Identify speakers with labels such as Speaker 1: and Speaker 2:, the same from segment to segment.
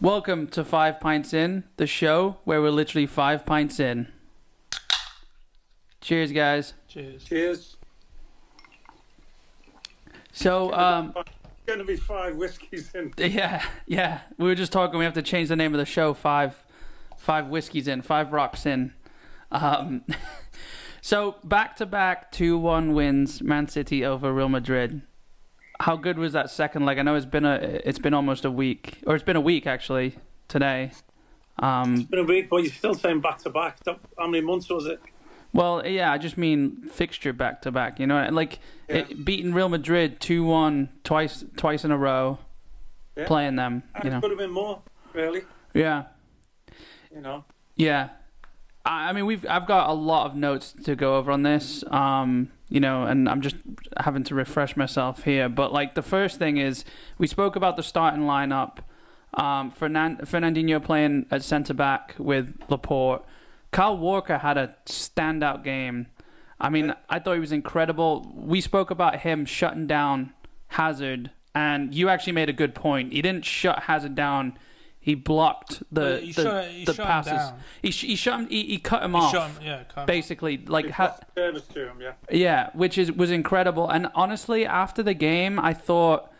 Speaker 1: Welcome to Five Pints In, the show where we're literally five pints in. Cheers, guys.
Speaker 2: Cheers.
Speaker 3: Cheers.
Speaker 1: So, um,
Speaker 3: Going to be five whiskeys in.
Speaker 1: yeah, yeah, we were just talking. We have to change the name of the show. Five, five whiskeys in, five rocks in. Um, so back to back two one wins, Man City over Real Madrid. How good was that second leg? I know it's been a, it's been almost a week, or it's been a week actually today. Um,
Speaker 3: It's been a week, but you're still saying back to back. That- How many months was it?
Speaker 1: Well, yeah, I just mean fixture back to back. You know, like
Speaker 3: Yeah.
Speaker 1: it, beating Real Madrid two one twice twice in a row,
Speaker 3: Yeah.
Speaker 1: playing them. You know,
Speaker 3: It could have Uh, been more, really.
Speaker 1: yeah,
Speaker 3: You know,
Speaker 1: yeah. I, I mean, we've I've got a lot of notes to go over on this. Um, you know, and I'm just having to refresh myself here. But like the first thing is, we spoke about the starting lineup. Um, Fernan- Fernandinho playing at centre back with Laporte. Kyle Walker had a standout game. I mean, I thought he was incredible. We spoke about him shutting down Hazard, and you actually made a good point. He didn't shut Hazard down. He blocked the
Speaker 2: Uh, he
Speaker 1: the,
Speaker 2: shut- he
Speaker 1: the
Speaker 2: shut him
Speaker 1: passes.
Speaker 2: down.
Speaker 1: He, sh- he shut him. He, he cut him
Speaker 2: He
Speaker 1: off.
Speaker 2: shot him. Yeah, kind of.
Speaker 1: Basically, like
Speaker 3: it's
Speaker 1: ha-
Speaker 3: lost service to him, yeah.
Speaker 1: yeah, which is was incredible. And honestly, after the game, I thought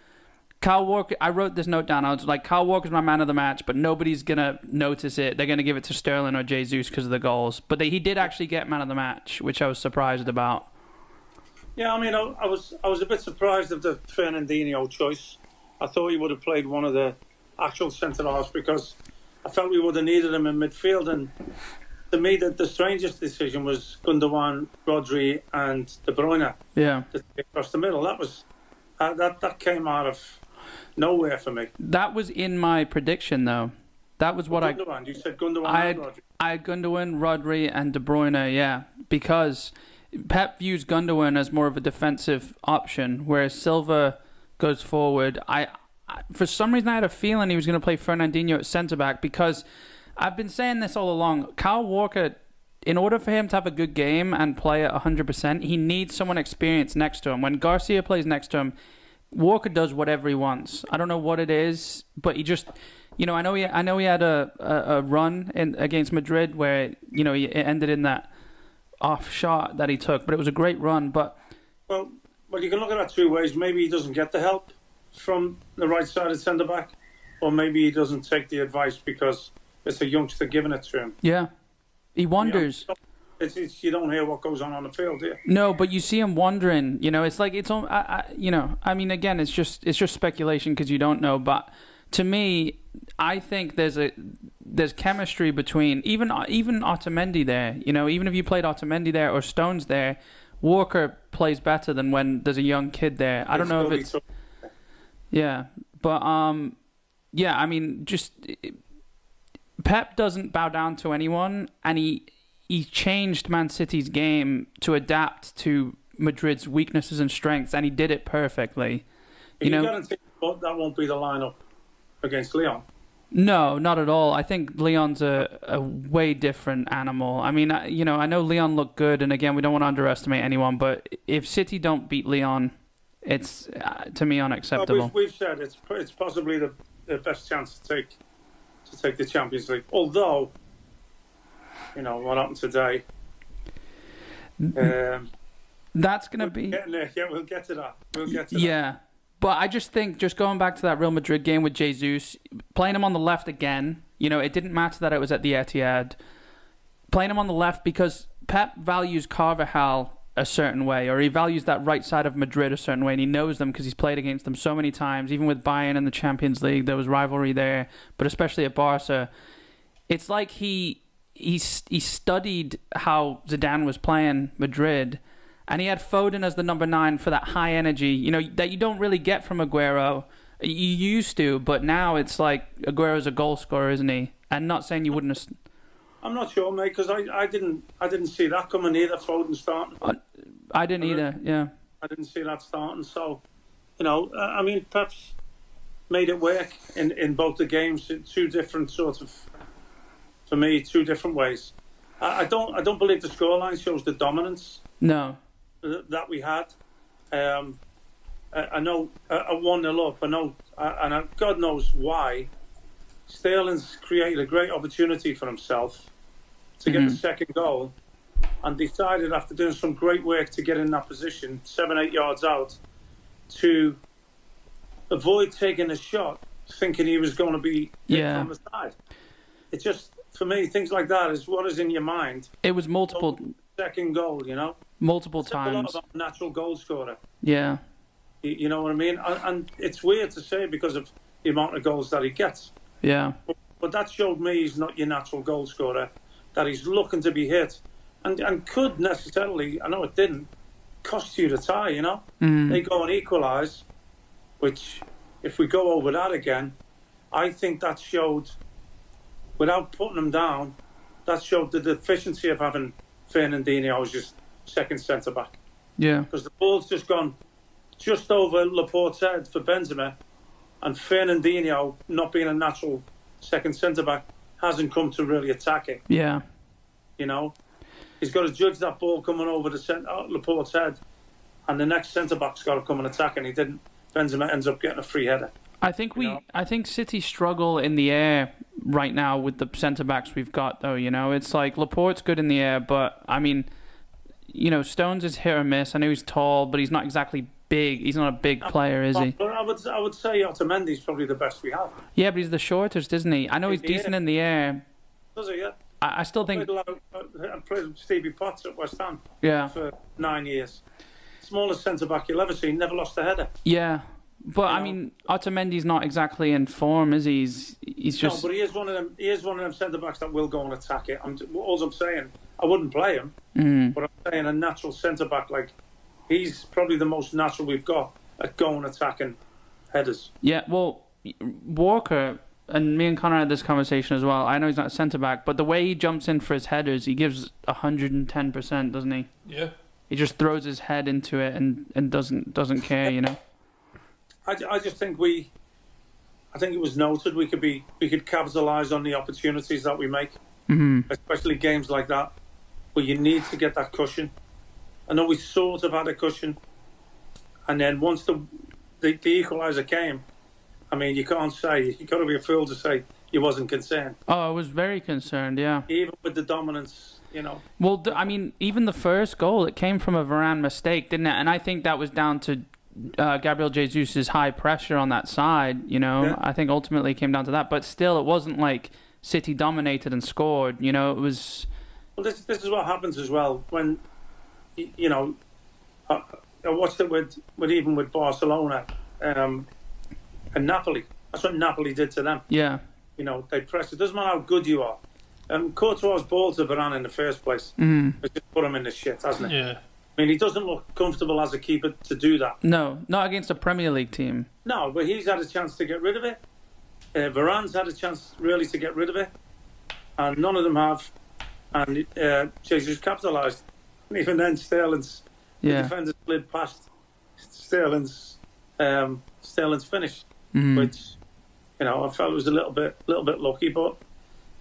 Speaker 1: Kyle Walker. I wrote this note down. I was like, Kyle Walker's my man of the match, but nobody's gonna notice it. They're gonna give it to Sterling or Jesus because of the goals. But they, he did actually get man of the match, which I was surprised about.
Speaker 3: Yeah, I mean, I, I was I was a bit surprised of the Fernandinho choice. I thought he would have played one of the actual centre halves because I felt we would have needed him in midfield. And to me, the, the strangest decision was Gundogan, Rodri, and De Bruyne
Speaker 1: Yeah,
Speaker 3: to take across the middle. That was uh, that that came out of nowhere for me.
Speaker 1: that was in my prediction though. That was what I
Speaker 3: Gundogan, you said Gundogan
Speaker 1: I had,
Speaker 3: and Rodri.
Speaker 1: I had Gundogan, Rodri, and De Bruyne. Yeah, because Pep views Gundogan as more of a defensive option, whereas Silva goes forward. I, I for some reason I had a feeling he was going to play Fernandinho at centre back because I've been saying this all along. Kyle Walker. In order for him to have a good game and play at 100%, he needs someone experienced next to him. When Garcia plays next to him, Walker does whatever he wants. I don't know what it is, but he just, you know, I know he, I know he had a, a, a run in against Madrid where you know he, it ended in that off shot that he took, but it was a great run. But
Speaker 3: Well, well, you can look at that two ways. Maybe he doesn't get the help from the right sided centre back, or maybe he doesn't take the advice because it's a youngster giving it to him.
Speaker 1: yeah, he
Speaker 3: You know,
Speaker 1: wanders.
Speaker 3: It's, it's, you don't hear what goes on on the field, do you?
Speaker 1: No, but you see him wandering. You know, it's like it's on. I, I, you know, I mean, again, it's just it's just speculation because you don't know. But to me, I think there's a there's chemistry between even even Otamendi there. You know, even if you played Otamendi there or Stones there, Walker plays better than when there's a young kid there. I don't know if
Speaker 3: Nobody
Speaker 1: it's
Speaker 3: took-
Speaker 1: yeah, but um, yeah, I mean, just Pep doesn't bow down to anyone, and he he changed Man City's game to adapt to Madrid's weaknesses and strengths, and he did it perfectly.
Speaker 3: You,
Speaker 1: You know,
Speaker 3: guarantee but that won't be the lineup against Leon.
Speaker 1: no, not at all. I think Leon's a, a way different animal. I mean, I, you know, I know Leon looked good, and again, we don't want to underestimate anyone, but if City don't beat Leon, it's uh, to me
Speaker 3: Well,
Speaker 1: unacceptable.
Speaker 3: we've, we've said it's it's possibly the, the best chance to take to take the Champions League. Although, you know what happened today.
Speaker 1: Mm-hmm.
Speaker 3: Um,
Speaker 1: That's gonna be.
Speaker 3: yeah, no, yeah, we'll get to that. We'll get to that.
Speaker 1: Yeah. But I just think, just going back to that Real Madrid game with Jesus, playing him on the left again, you know, it didn't matter that it was at the Etihad. Playing him on the left because Pep values Carvajal a certain way, or he values that right side of Madrid a certain way, and he knows them because he's played against them so many times, even with Bayern and the Champions League, there was rivalry there, but especially at Barca it's like he he he studied how Zidane was playing Madrid, and he had Foden as the number nine for that high energy, you know, that you don't really get from Aguero. You used to, but now it's like Aguero's a goal scorer, isn't he? And not saying you wouldn't. Have,
Speaker 3: I'm not sure, mate, because I, I didn't I didn't see that coming either. Foden starting,
Speaker 1: I didn't either. Yeah,
Speaker 3: I didn't see that starting. So, you know, uh, I mean, perhaps made it work in, in both the games in two different sorts of, for me, two different ways. I, I don't I don't believe the scoreline shows the dominance
Speaker 1: no,
Speaker 3: th- that we had. Um, I, I know a one 0 up. I know, I- and I, God knows why. Sterling's created a great opportunity for himself to get the second goal and decided after doing some great work to get in that position, seven, eight yards out, to avoid taking a shot, thinking he was going to be hit
Speaker 1: Yeah.
Speaker 3: from the side. It just, for me, things like that is what is in your mind.
Speaker 1: It was multiple
Speaker 3: Second goal, you know?
Speaker 1: multiple
Speaker 3: Says a lot
Speaker 1: times.
Speaker 3: about a natural goal scorer.
Speaker 1: Yeah.
Speaker 3: You, you know what I mean? And, and it's weird to say because of the amount of goals that he gets.
Speaker 1: Yeah.
Speaker 3: But that showed me he's not your natural goal scorer, that he's looking to be hit and, and could necessarily, I know it didn't, cost you the tie, you know? They go and equalise, which, if we go over that again, I think that showed, without putting him down, that showed the deficiency of having Fernandinho as your second centre back.
Speaker 1: Yeah.
Speaker 3: Because the ball's just gone just over Laporte's head for Benzema, and Fernandinho, not being a natural second centre back, hasn't come to really attack it.
Speaker 1: Yeah.
Speaker 3: You know, he's got to judge that ball coming over the centre, uh, Laporte's head, and the next centre back's got to come and attack, and he didn't. Benzema ends up getting a free header.
Speaker 1: I think we
Speaker 3: know?
Speaker 1: I think City struggle in the air right now with the centre backs we've got though, you know. It's like Laporte's good in the air, but I mean you know, Stones is hit or miss. I know he's tall, but he's not exactly big. He's not a big player, is he?
Speaker 3: But I would, I would say Otamendi's probably the best we have.
Speaker 1: Yeah, but he's the shortest, isn't he? I know he's
Speaker 3: In the air.
Speaker 1: decent in the air.
Speaker 3: Does he? Yeah.
Speaker 1: I, I still
Speaker 3: Played
Speaker 1: think
Speaker 3: a lot of, uh, uh, played with Stevie Potts at West Ham
Speaker 1: yeah.
Speaker 3: for nine years. Smallest centre back you'll ever see. Never lost a header.
Speaker 1: Yeah. But I
Speaker 3: know?
Speaker 1: mean Otamendi's not exactly in form, is he? He's, he's just
Speaker 3: No, but he is one of them. He is one of them centre backs that will go and attack it. I'm all I'm saying. I wouldn't play him,
Speaker 1: Mm.
Speaker 3: but I'm saying a natural centre back like he's probably the most natural we've got at going attacking headers.
Speaker 1: Yeah, well, Walker and me and Connor had this conversation as well. I know he's not centre back, but the way he jumps in for his headers, he gives hundred and ten percent, doesn't he?
Speaker 2: Yeah.
Speaker 1: He just throws his head into it and, and doesn't doesn't care, you know.
Speaker 3: I, ju- I just think we, I think it was noted we could be we could capitalise on the opportunities that we make, mm especially games like that where you need to get that cushion. I know we sort of had a cushion, and then once the the, the equaliser came, I mean you can't say you got to be a fool to say you wasn't concerned,
Speaker 1: Oh, I was very concerned. Yeah.
Speaker 3: even with the dominance. You know,
Speaker 1: Well, th- I mean, even the first goal, it came from a Varane mistake, didn't it? And I think that was down to uh, Gabriel Jesus' high pressure on that side, you know?
Speaker 3: Yeah.
Speaker 1: I think ultimately it came down to that. But still, it wasn't like City dominated and scored, you know? It was.
Speaker 3: well this this is what happens as well when, y- you know, I, I watched it with with even with Barcelona, um, and Napoli. That's what Napoli did to them.
Speaker 1: Yeah.
Speaker 3: you know, they press. It doesn't matter how good you are. Um, Courtois' ball to Varane in the first place. Mm. It just put him in the shit, hasn't it?
Speaker 2: Yeah.
Speaker 3: I mean, he doesn't look comfortable as a keeper to do that.
Speaker 1: No, not against a Premier League team.
Speaker 3: No, but he's had a chance to get rid of it. Uh, Varane's had a chance really to get rid of it, and none of them have. And uh, Jesus capitalised. And even then, Sterling's the
Speaker 1: Yeah.
Speaker 3: defender slid past Sterling's um, Sterling's finish, which you know I felt was a little bit little bit lucky, but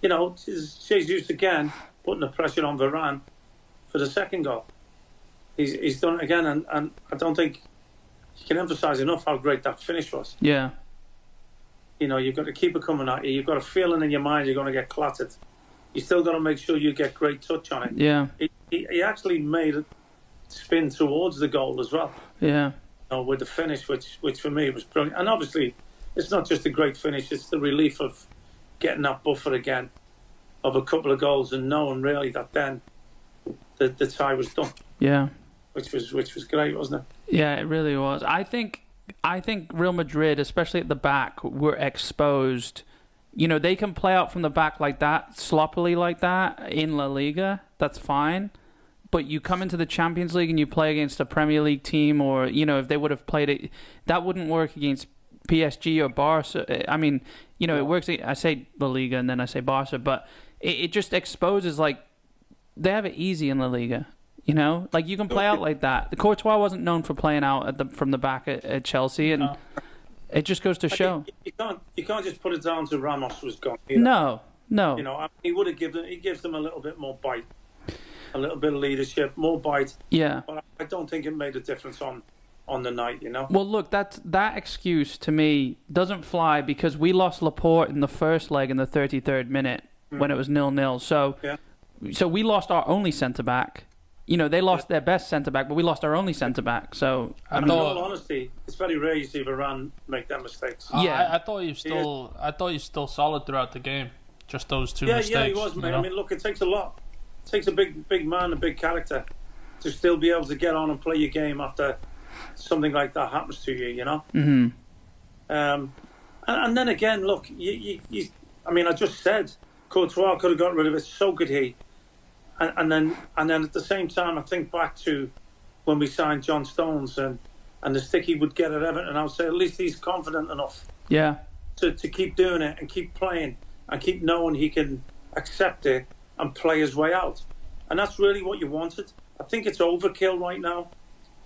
Speaker 3: you know she's used again putting the pressure on Varane for the second goal. He's he's done it again, and, and I don't think you can emphasise enough how great that finish was.
Speaker 1: Yeah.
Speaker 3: You know you've got the keeper coming at you, you've got a feeling in your mind you're going to get clattered. You still got to make sure you get great touch on it.
Speaker 1: Yeah.
Speaker 3: He, he, he actually made it spin towards the goal as well
Speaker 1: Yeah.
Speaker 3: know, with the finish, which which for me was brilliant. And obviously, it's not just a great finish; it's the relief of getting that buffer again of a couple of goals and knowing really that then the the tie was done,
Speaker 1: Yeah.
Speaker 3: which was which was great, wasn't it?
Speaker 1: Yeah, it really was. I think I think Real Madrid, especially at the back, were exposed. You know, they can play out from the back like that, sloppily like that in La Liga. That's fine. But you come into the Champions League and you play against a Premier League team, or you know, if they would have played it, that wouldn't work against PSG or Barca. I mean, you know, it works. I say La Liga and then I say Barca, but it, it just exposes like they have it easy in La Liga. You know, like you can play out like that. The Courtois wasn't known for playing out at the from the back at, at Chelsea, and it just goes to show.
Speaker 3: You, you can't you can't just put it down to Ramos was gone. either.
Speaker 1: No, no,
Speaker 3: you know I he would have given he gives them a little bit more bite, a little bit of leadership, more bite.
Speaker 1: yeah,
Speaker 3: But I don't think it made a difference on on the night, you know.
Speaker 1: Well, look, that that excuse to me doesn't fly because we lost Laporte in the first leg in the 33rd minute when it was nil nil. So,
Speaker 3: Mm. Yeah.
Speaker 1: so we lost our only centre back. You know, they lost their best centre back, but we lost our only centre back. So, I
Speaker 3: And
Speaker 1: mean,
Speaker 3: in
Speaker 2: thought-
Speaker 3: all honesty, it's very rare you see Varane make that mistakes.
Speaker 2: I-
Speaker 1: Yeah.
Speaker 2: I, I thought he was still. I thought he was still solid throughout the game. Just those two
Speaker 3: yeah,
Speaker 2: mistakes.
Speaker 3: yeah, he was,
Speaker 2: you
Speaker 3: mate. I
Speaker 2: know?
Speaker 3: mean, look, it takes a lot. It takes a big, big man, a big character, to still be able to get on and play your game after something like that happens to you. You know.
Speaker 2: Mm-hmm.
Speaker 1: mhm.
Speaker 3: Um, and, and then again, look, you, you, you, I mean, I just said Courtois could have got rid of it, so could he. And, and then, and then at the same time, I think back to when we signed John Stones and, and the stick he would get at Everton. I would say at least he's confident enough
Speaker 1: yeah,
Speaker 3: to, to keep doing it and keep playing and keep knowing he can accept it and play his way out. And that's really what you wanted. I think it's overkill right now.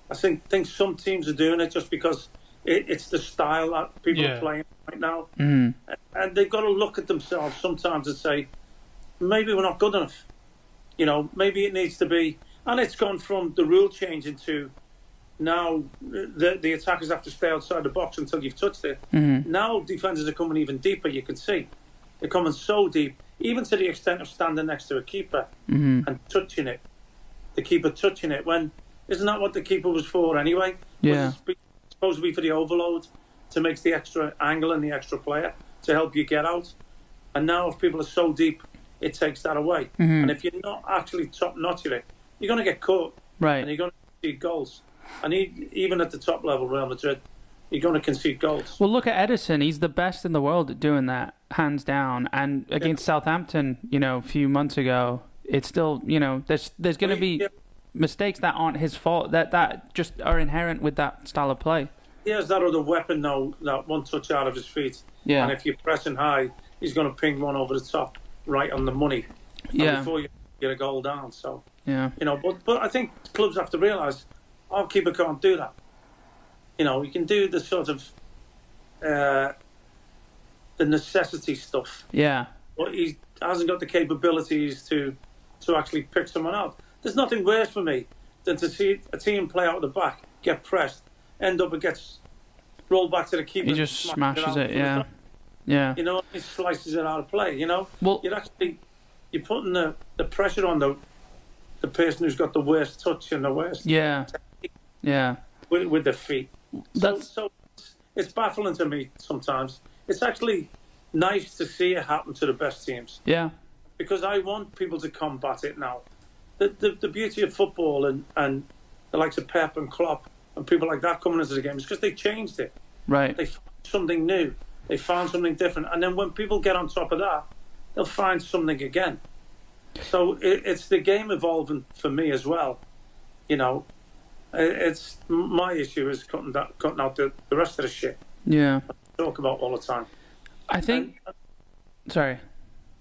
Speaker 3: I think think some teams are doing it just because it, it's the style that people
Speaker 2: Yeah.
Speaker 3: are playing right now,
Speaker 1: mhm.
Speaker 3: and they've got to look at themselves sometimes and say, maybe we're not good enough. You know, maybe it needs to be. And it's gone from the rule change into now the the attackers have to stay outside the box until you've touched it. Now defenders are coming even deeper. You can see they're coming so deep, even to the extent of standing next to a keeper and touching it. The keeper touching it when isn't that what the keeper was for anyway?
Speaker 1: Yeah.
Speaker 3: was it sp- supposed to be for the overload to make the extra angle and the extra player to help you get out. And now if people are so deep, it takes that away. And if you're not actually top notch at it, you're going to get caught and
Speaker 1: right.
Speaker 3: you're going to concede goals. And e even at the top level, Real Madrid, you're going to concede goals.
Speaker 1: Well, look at Edison. He's the best in the world at doing that, hands down. And against Southampton, you know, a few months ago, it's still, you know, there's there's going to
Speaker 3: Well, he-
Speaker 1: be mistakes that aren't his fault that that just are inherent with that style of play.
Speaker 3: He has that other weapon now, that one touch out of his feet.
Speaker 1: Yeah.
Speaker 3: And if you're pressing high, he's going to ping one over the top, right on the money. And
Speaker 1: Yeah.
Speaker 3: Before you get a goal down. So,
Speaker 1: Yeah.
Speaker 3: you know, but, but I think clubs have to realise our keeper can't do that. You know, he can do the sort of uh, the necessity stuff.
Speaker 1: Yeah.
Speaker 3: but he hasn't got the capabilities to to actually pick someone out. There's nothing worse for me than to see a team play out of the back, get pressed, end up it gets rolled back to the keeper.
Speaker 1: He
Speaker 3: and
Speaker 1: just
Speaker 3: smashes
Speaker 1: smashes
Speaker 3: out.
Speaker 1: it. Yeah. Yeah.
Speaker 3: You know, he slices it out of play. You know,
Speaker 1: Well,
Speaker 3: you're actually you're putting the, the pressure on the the person who's got the worst touch and the worst
Speaker 1: yeah. Yeah.
Speaker 3: with, with their feet. So,
Speaker 1: That's
Speaker 3: so it's, it's baffling to me sometimes. It's actually nice to see it happen to the best teams.
Speaker 1: yeah.
Speaker 3: because I want people to combat it now. The, the, the beauty of football and, and the likes of Pep and Klopp and people like that coming into the game is because they changed it.
Speaker 1: Right.
Speaker 3: They found something new. They found something different. And then when people get on top of that, they'll find something again. So it, it's the game evolving for me as well. You know, It- it's my issue is cutting that, cutting out the, the rest of the shit
Speaker 1: Yeah.
Speaker 3: I talk about all the time.
Speaker 1: I think. Sorry.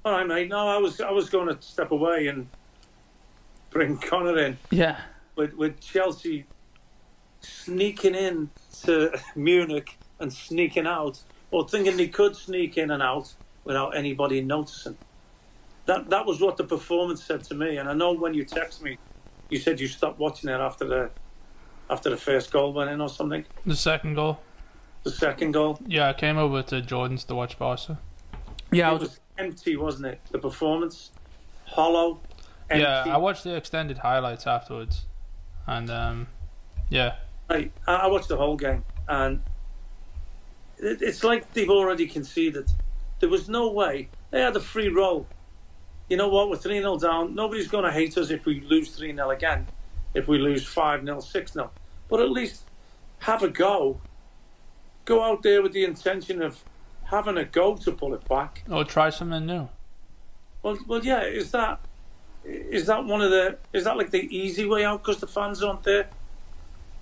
Speaker 3: All right, mate. No, I was I was going to step away and bring Connor in.
Speaker 1: Yeah.
Speaker 3: with with Chelsea sneaking in to Munich and sneaking out, or thinking they could sneak in and out without anybody noticing. That that was what the performance said to me. And I know when you text me, you said you stopped watching it after the after the first goal went in or something,
Speaker 2: The second goal.
Speaker 3: the second goal.
Speaker 2: Yeah, I came over to Jordan's to watch Barca.
Speaker 1: Yeah. I
Speaker 3: It
Speaker 1: was,
Speaker 3: was empty, wasn't it? The performance, hollow, empty.
Speaker 2: Yeah, I watched the extended highlights afterwards, and um, yeah,
Speaker 3: Right, I, I watched the whole game, and it, it's like they've already conceded. There was no way they had a free roll. You know what? We're three 0 down. Nobody's going to hate us if we lose three 0 again, if we lose five 0 six 0 But at least have a go. Go out there with the intention of having a go to pull it back.
Speaker 2: or try something new.
Speaker 3: Well, well, yeah. Is that is that one of the is that like the easy way out because the fans aren't there?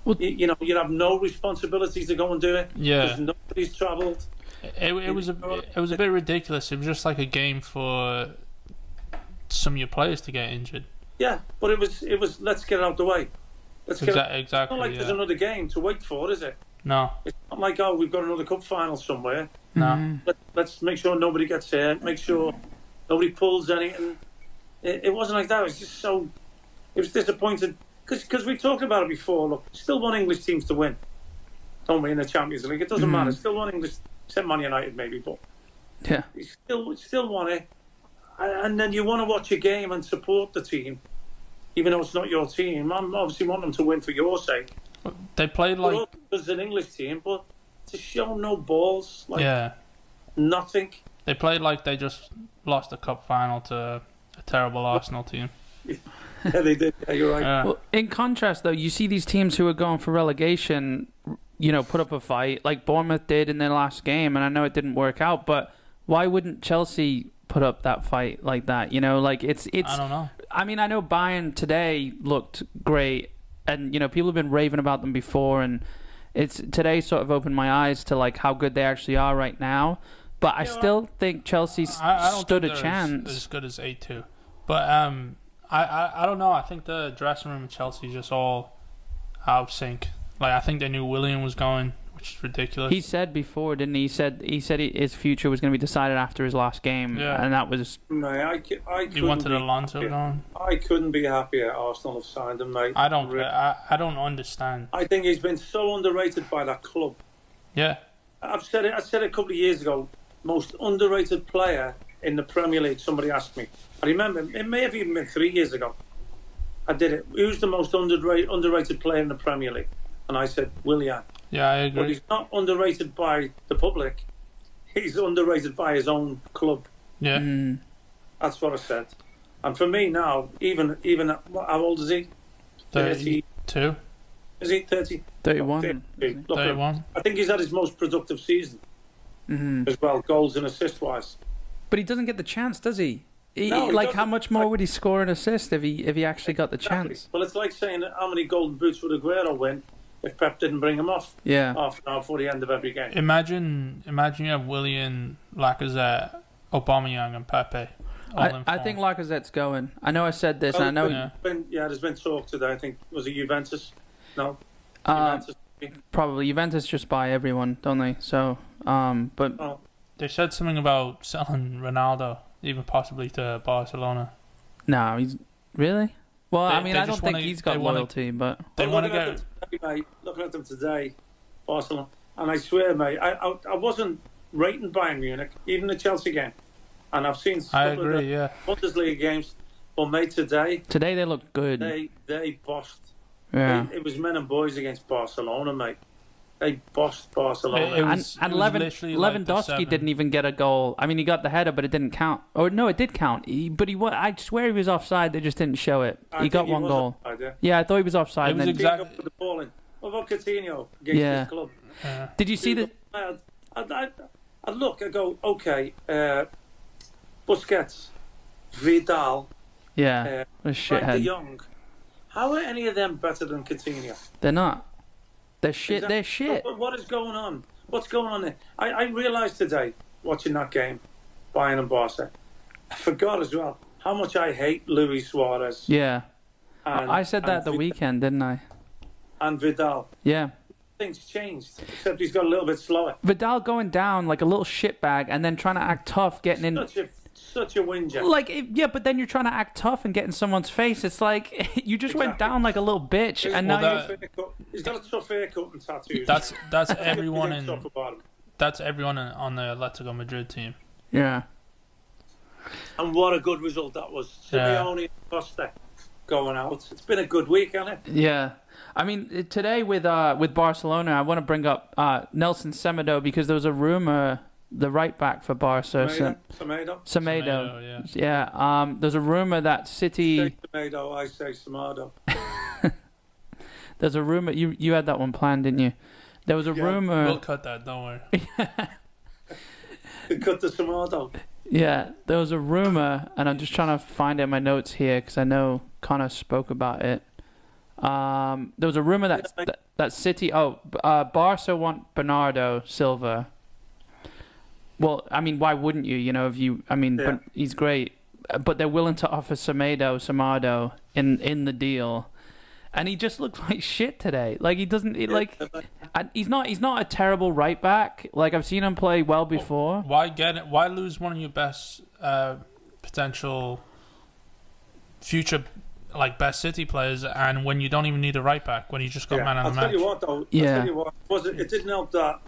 Speaker 1: Well-
Speaker 3: you, you know, you have no responsibility to go and do it.
Speaker 2: Yeah,
Speaker 3: Because nobody's travelled.
Speaker 2: it, it was a it was a bit ridiculous. It was just like a game for some of your players to get injured.
Speaker 3: Yeah, but it was it was let's get it out the way. Let's get it.
Speaker 2: Exa-
Speaker 3: It's not like
Speaker 2: exactly.
Speaker 3: there's
Speaker 2: Yeah.
Speaker 3: another game to wait for, is it?
Speaker 2: No,
Speaker 3: It's not like oh we've got another cup final somewhere.
Speaker 2: no.
Speaker 3: Let, let's make sure nobody gets hurt. Make sure nobody pulls anything. It, it wasn't like that. It was just so. It was disappointing because we talked about it before. Look, still want English teams to win, don't we? In the Champions League, it doesn't
Speaker 2: Mm-hmm.
Speaker 1: Mm.
Speaker 3: matter. Still want English, except Man United maybe, but
Speaker 1: Yeah.
Speaker 3: you still still want it. And and then you want to watch a game and support the team, even though it's not your team. I'm obviously want them to win for your sake,
Speaker 2: They played
Speaker 3: but
Speaker 2: like
Speaker 3: also as an English team, but to show no balls, like
Speaker 2: yeah,
Speaker 3: nothing.
Speaker 2: they played like they just lost the cup final to a terrible Arsenal team.
Speaker 3: Yeah, they did. Yeah, you're right.
Speaker 2: Yeah.
Speaker 1: Well, in contrast, though, you see these teams who are going for relegation, you know, put up a fight like Bournemouth did in their last game, and I know it didn't work out, but why wouldn't Chelsea put up that fight like that? You know, like it's it's.
Speaker 2: I don't know.
Speaker 1: I mean, I know Bayern today looked great, and you know people have been raving about them before, and it's today sort of opened my eyes to like how good they actually are right now. But I
Speaker 3: Yeah, well,
Speaker 1: still think Chelsea s-
Speaker 2: I, I don't
Speaker 1: stood
Speaker 2: think
Speaker 1: a
Speaker 2: they're
Speaker 1: chance.
Speaker 2: As, as good as A two, but um, I, I I don't know. I think the dressing room in Chelsea just all out of sync. Like I think they knew William was going, which is ridiculous.
Speaker 1: He said before, didn't he? He said he said he, his future was going to be decided after his last game,
Speaker 2: Yeah.
Speaker 1: and that was
Speaker 3: No, I, cou- I
Speaker 2: he
Speaker 3: couldn't
Speaker 2: wanted
Speaker 3: be,
Speaker 2: Alonso
Speaker 3: yeah.
Speaker 2: going.
Speaker 3: I couldn't be happier. Arsenal have signed him, mate.
Speaker 2: I don't.
Speaker 3: Really.
Speaker 2: I, I don't understand.
Speaker 3: I think he's been so underrated by that club.
Speaker 2: Yeah,
Speaker 3: I've said it. I said it a couple of years ago. Most underrated player in the Premier League. Somebody asked me. I remember it may have even been three years ago. I did it. Who's the most underrated underrated player in the Premier League? And I said Willian.
Speaker 2: yeah, I
Speaker 3: But
Speaker 2: agree.
Speaker 3: he's not underrated by the public. He's underrated by his own club.
Speaker 2: Yeah,
Speaker 1: mm,
Speaker 3: That's what I said. And for me now, even even at- what- how old is he?
Speaker 2: thirty two,
Speaker 3: Is he thirty?
Speaker 1: 31.
Speaker 3: Look,
Speaker 2: thirty one.
Speaker 3: I think he's had his most productive season
Speaker 1: hmm
Speaker 3: as well, goals and assist wise.
Speaker 1: But he doesn't get the chance, does he? He-
Speaker 3: No, he
Speaker 1: like
Speaker 3: doesn't.
Speaker 1: how much more would he score an assist if he if he actually got the chance?
Speaker 3: Well, it's like saying how many golden boots would Aguero win if Pep didn't bring him off
Speaker 1: Yeah.
Speaker 3: half an hour before the end of every game.
Speaker 2: Imagine, imagine you have William, Lacazette, Aubameyang, and Pepe. all
Speaker 1: I,
Speaker 2: in
Speaker 1: I
Speaker 2: form.
Speaker 1: think Lacazette's going. I know I said this, and I
Speaker 3: Oh,
Speaker 1: know
Speaker 2: yeah.
Speaker 3: Been- yeah, there's been talk today. I think was it Juventus? No,
Speaker 1: uh,
Speaker 3: Juventus.
Speaker 1: probably Juventus just buy everyone, don't they? So, um, but
Speaker 3: Oh,
Speaker 2: they said something about selling Ronaldo, even possibly to Barcelona.
Speaker 1: no, he's really. Well,
Speaker 2: They-
Speaker 1: I mean,
Speaker 2: they
Speaker 1: I don't
Speaker 2: just
Speaker 1: think
Speaker 2: wanna-
Speaker 1: he's
Speaker 2: they
Speaker 1: got
Speaker 2: wanna-
Speaker 1: loyalty, but
Speaker 2: They
Speaker 3: But
Speaker 2: want
Speaker 3: looking
Speaker 2: to go.
Speaker 3: at them today, mate, looking at them today, Barcelona, and I swear, mate, I, I I wasn't rating Bayern Munich, even the Chelsea game, and I've seen
Speaker 2: I
Speaker 3: couple of
Speaker 2: agree. Yeah,
Speaker 3: the Bundesliga games. But mate, today
Speaker 1: today they look good.
Speaker 3: they they bossed
Speaker 1: yeah.
Speaker 3: It, it was men and boys against Barcelona, mate. They bossed Barcelona.
Speaker 2: It- it
Speaker 1: and
Speaker 2: was-
Speaker 1: and
Speaker 2: it was
Speaker 1: Levin,
Speaker 2: literally like the
Speaker 1: Lewandowski
Speaker 2: seven.
Speaker 1: didn't even get a goal. I mean, he got the header, but it didn't count. Or no, it did count. He, but he, wa- I swear he was offside. They just didn't show it.
Speaker 3: I
Speaker 1: he
Speaker 3: think
Speaker 1: got one
Speaker 3: was
Speaker 1: goal.
Speaker 3: offside, yeah.
Speaker 1: Yeah, I thought he was offside.
Speaker 2: It
Speaker 1: and
Speaker 2: was
Speaker 1: then,
Speaker 2: exact-
Speaker 3: Exactly. Up with the ball in. What about Coutinho against
Speaker 1: Yeah.
Speaker 3: this club?
Speaker 2: yeah.
Speaker 1: did you see the?
Speaker 3: I, I, I look, I go, okay, uh, Busquets, Vidal,
Speaker 1: Yeah,
Speaker 3: uh,
Speaker 1: what a
Speaker 3: Frank de
Speaker 1: shithead.
Speaker 3: Jong. How are any of them better than Coutinho?
Speaker 1: They're not. They're shit.
Speaker 3: Exact-
Speaker 1: They're shit.
Speaker 3: But what is going on? What's going on there? I, I realised today, watching that game, Bayern and Barca, I forgot as well how much I hate Luis Suarez.
Speaker 1: Yeah,
Speaker 3: And,
Speaker 1: I said that
Speaker 3: and
Speaker 1: the
Speaker 3: Vid-
Speaker 1: weekend, didn't I?
Speaker 3: And Vidal.
Speaker 1: Yeah,
Speaker 3: Things changed, except he's got a little bit slower.
Speaker 1: Vidal going down like a little shitbag, and then trying to act tough, getting in.
Speaker 3: Such a such a whinger.
Speaker 1: Like it- yeah, but then you're trying to act tough and get in someone's face. It's like you just went
Speaker 3: Exactly.
Speaker 1: down like a little bitch, and now
Speaker 2: Well,
Speaker 1: you're
Speaker 2: that-
Speaker 3: he's got a tough haircut and tattoos.
Speaker 2: That's that's
Speaker 3: He's got
Speaker 2: everyone
Speaker 3: a tough
Speaker 2: in
Speaker 3: about him.
Speaker 2: that's everyone in, on the Atletico Madrid team.
Speaker 1: yeah.
Speaker 3: And what a good result that was.
Speaker 2: Yeah.
Speaker 3: Simeone and Costa going out. It's been a good week, hasn't it?
Speaker 1: Yeah, I mean uh, today with uh with Barcelona, I want to bring up uh Nelson Semedo because there was a rumor the right back for Barca,
Speaker 3: Tomato,
Speaker 1: Sem-
Speaker 3: tomato.
Speaker 1: Semedo.
Speaker 2: yeah.
Speaker 1: Yeah, um, there's a rumor that
Speaker 3: Say
Speaker 1: City.
Speaker 3: tomato, I say tomato.
Speaker 1: There's a rumor you you had that one planned, didn't you? There was a
Speaker 3: Yeah.
Speaker 1: rumor.
Speaker 2: We'll cut that. Don't worry.
Speaker 3: Cut the tomato.
Speaker 1: Yeah, there was a rumor, and I'm just trying to find it in my notes here because I know Connor spoke about it. Um, there was a rumor that
Speaker 3: Yeah, I-
Speaker 1: that, that City, oh, b- uh, Barca want Bernardo Silva. Well, I mean, why wouldn't you? You know, if you, I mean,
Speaker 3: Yeah.
Speaker 1: but he's great, Uh, but they're willing to offer Samedo Samado in in the deal, and he just looked like shit today. Like he doesn't, he, like I, he's not he's not a terrible right back. Like I've seen him play well
Speaker 3: Oh.
Speaker 1: before.
Speaker 2: Why get it? Why lose one of your best uh, potential future like best City players, and when you don't even need a right back, when you just got man
Speaker 3: I'll
Speaker 2: of the
Speaker 3: tell
Speaker 2: match.
Speaker 3: you what, though.
Speaker 1: Yeah.
Speaker 3: I'll tell you what. Was it, it didn't help that.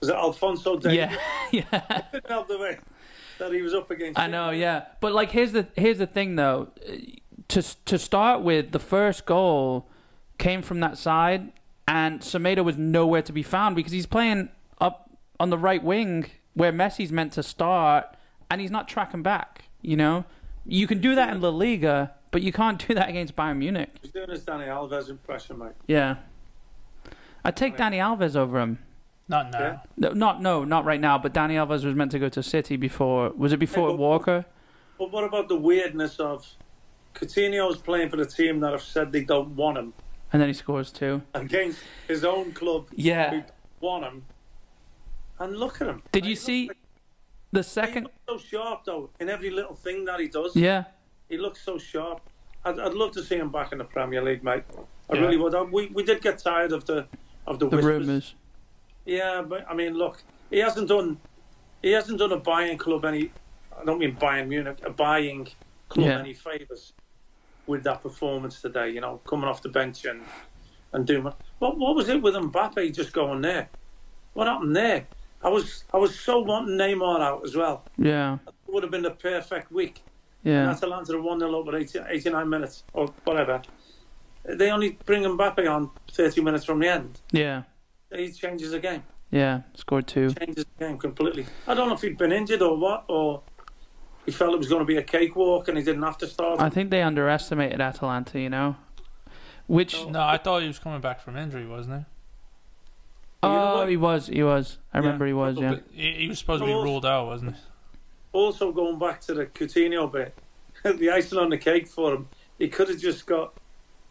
Speaker 3: was it Alfonso Davies?
Speaker 1: Yeah, yeah.
Speaker 3: It didn't help the way that he was up against.
Speaker 1: I
Speaker 3: him.
Speaker 1: know, yeah. But like, here's the here's the thing though. To to start with, the first goal came from that side, and Semedo was nowhere to be found because he's playing up on the right wing where Messi's meant to start, and he's not tracking back. You know, you can do that in La Liga, but you can't do that against Bayern Munich.
Speaker 3: He's doing his Danny Alves impression, mate.
Speaker 1: Yeah, I take Danny Alves over him.
Speaker 2: Not now.
Speaker 3: Yeah.
Speaker 1: No, not no, not right now. But Danny Alves was meant to go to City before. Was it before
Speaker 3: but-
Speaker 1: Walker?
Speaker 3: But what about the weirdness of Coutinho's playing for the team that have said they don't want him
Speaker 1: And then he scores two.
Speaker 3: against his own club
Speaker 1: Yeah.
Speaker 3: who don't want him? And look at him.
Speaker 1: Did
Speaker 3: Like,
Speaker 1: you
Speaker 3: he
Speaker 1: see
Speaker 3: looks
Speaker 1: the
Speaker 3: like-
Speaker 1: second?
Speaker 3: He looks so sharp though in every little thing that he does.
Speaker 1: Yeah,
Speaker 3: He looks so sharp. I'd, I'd love to see him back in the Premier League, mate. I
Speaker 2: Yeah.
Speaker 3: really would. I- We we did get tired of the of the,
Speaker 1: the
Speaker 3: whispers.
Speaker 1: rumors.
Speaker 3: Yeah, but I mean, look, he hasn't done he hasn't done a buying club any. I don't mean Bayern Munich, a buying club
Speaker 1: Yeah.
Speaker 3: any favors with that performance today. You know, coming off the bench and and doing what what what was it with Mbappe just going there? What happened there? I was I was so wanting Neymar out as well.
Speaker 1: Yeah,
Speaker 3: It would have been the perfect week.
Speaker 1: yeah,
Speaker 3: Atalanta are 1 0 over 80, 89 minutes or whatever. They only bring Mbappe on 30 minutes from the end.
Speaker 1: yeah,
Speaker 3: He changes the game.
Speaker 1: yeah. Scored two.
Speaker 3: Changes the game completely. I don't know if he'd been injured or what, or he felt it was going to be a cakewalk and he didn't have to start.
Speaker 1: I think they underestimated Atalanta. You know, which
Speaker 2: No, I thought he was coming back from injury, wasn't
Speaker 1: oh, he was, he was. I
Speaker 3: Yeah,
Speaker 1: remember he was. Yeah,
Speaker 2: he? He, he was supposed to be
Speaker 3: Well,
Speaker 2: ruled out, wasn't he?
Speaker 3: Also, going back to the Coutinho bit, the icing on the cake for him, he could have just got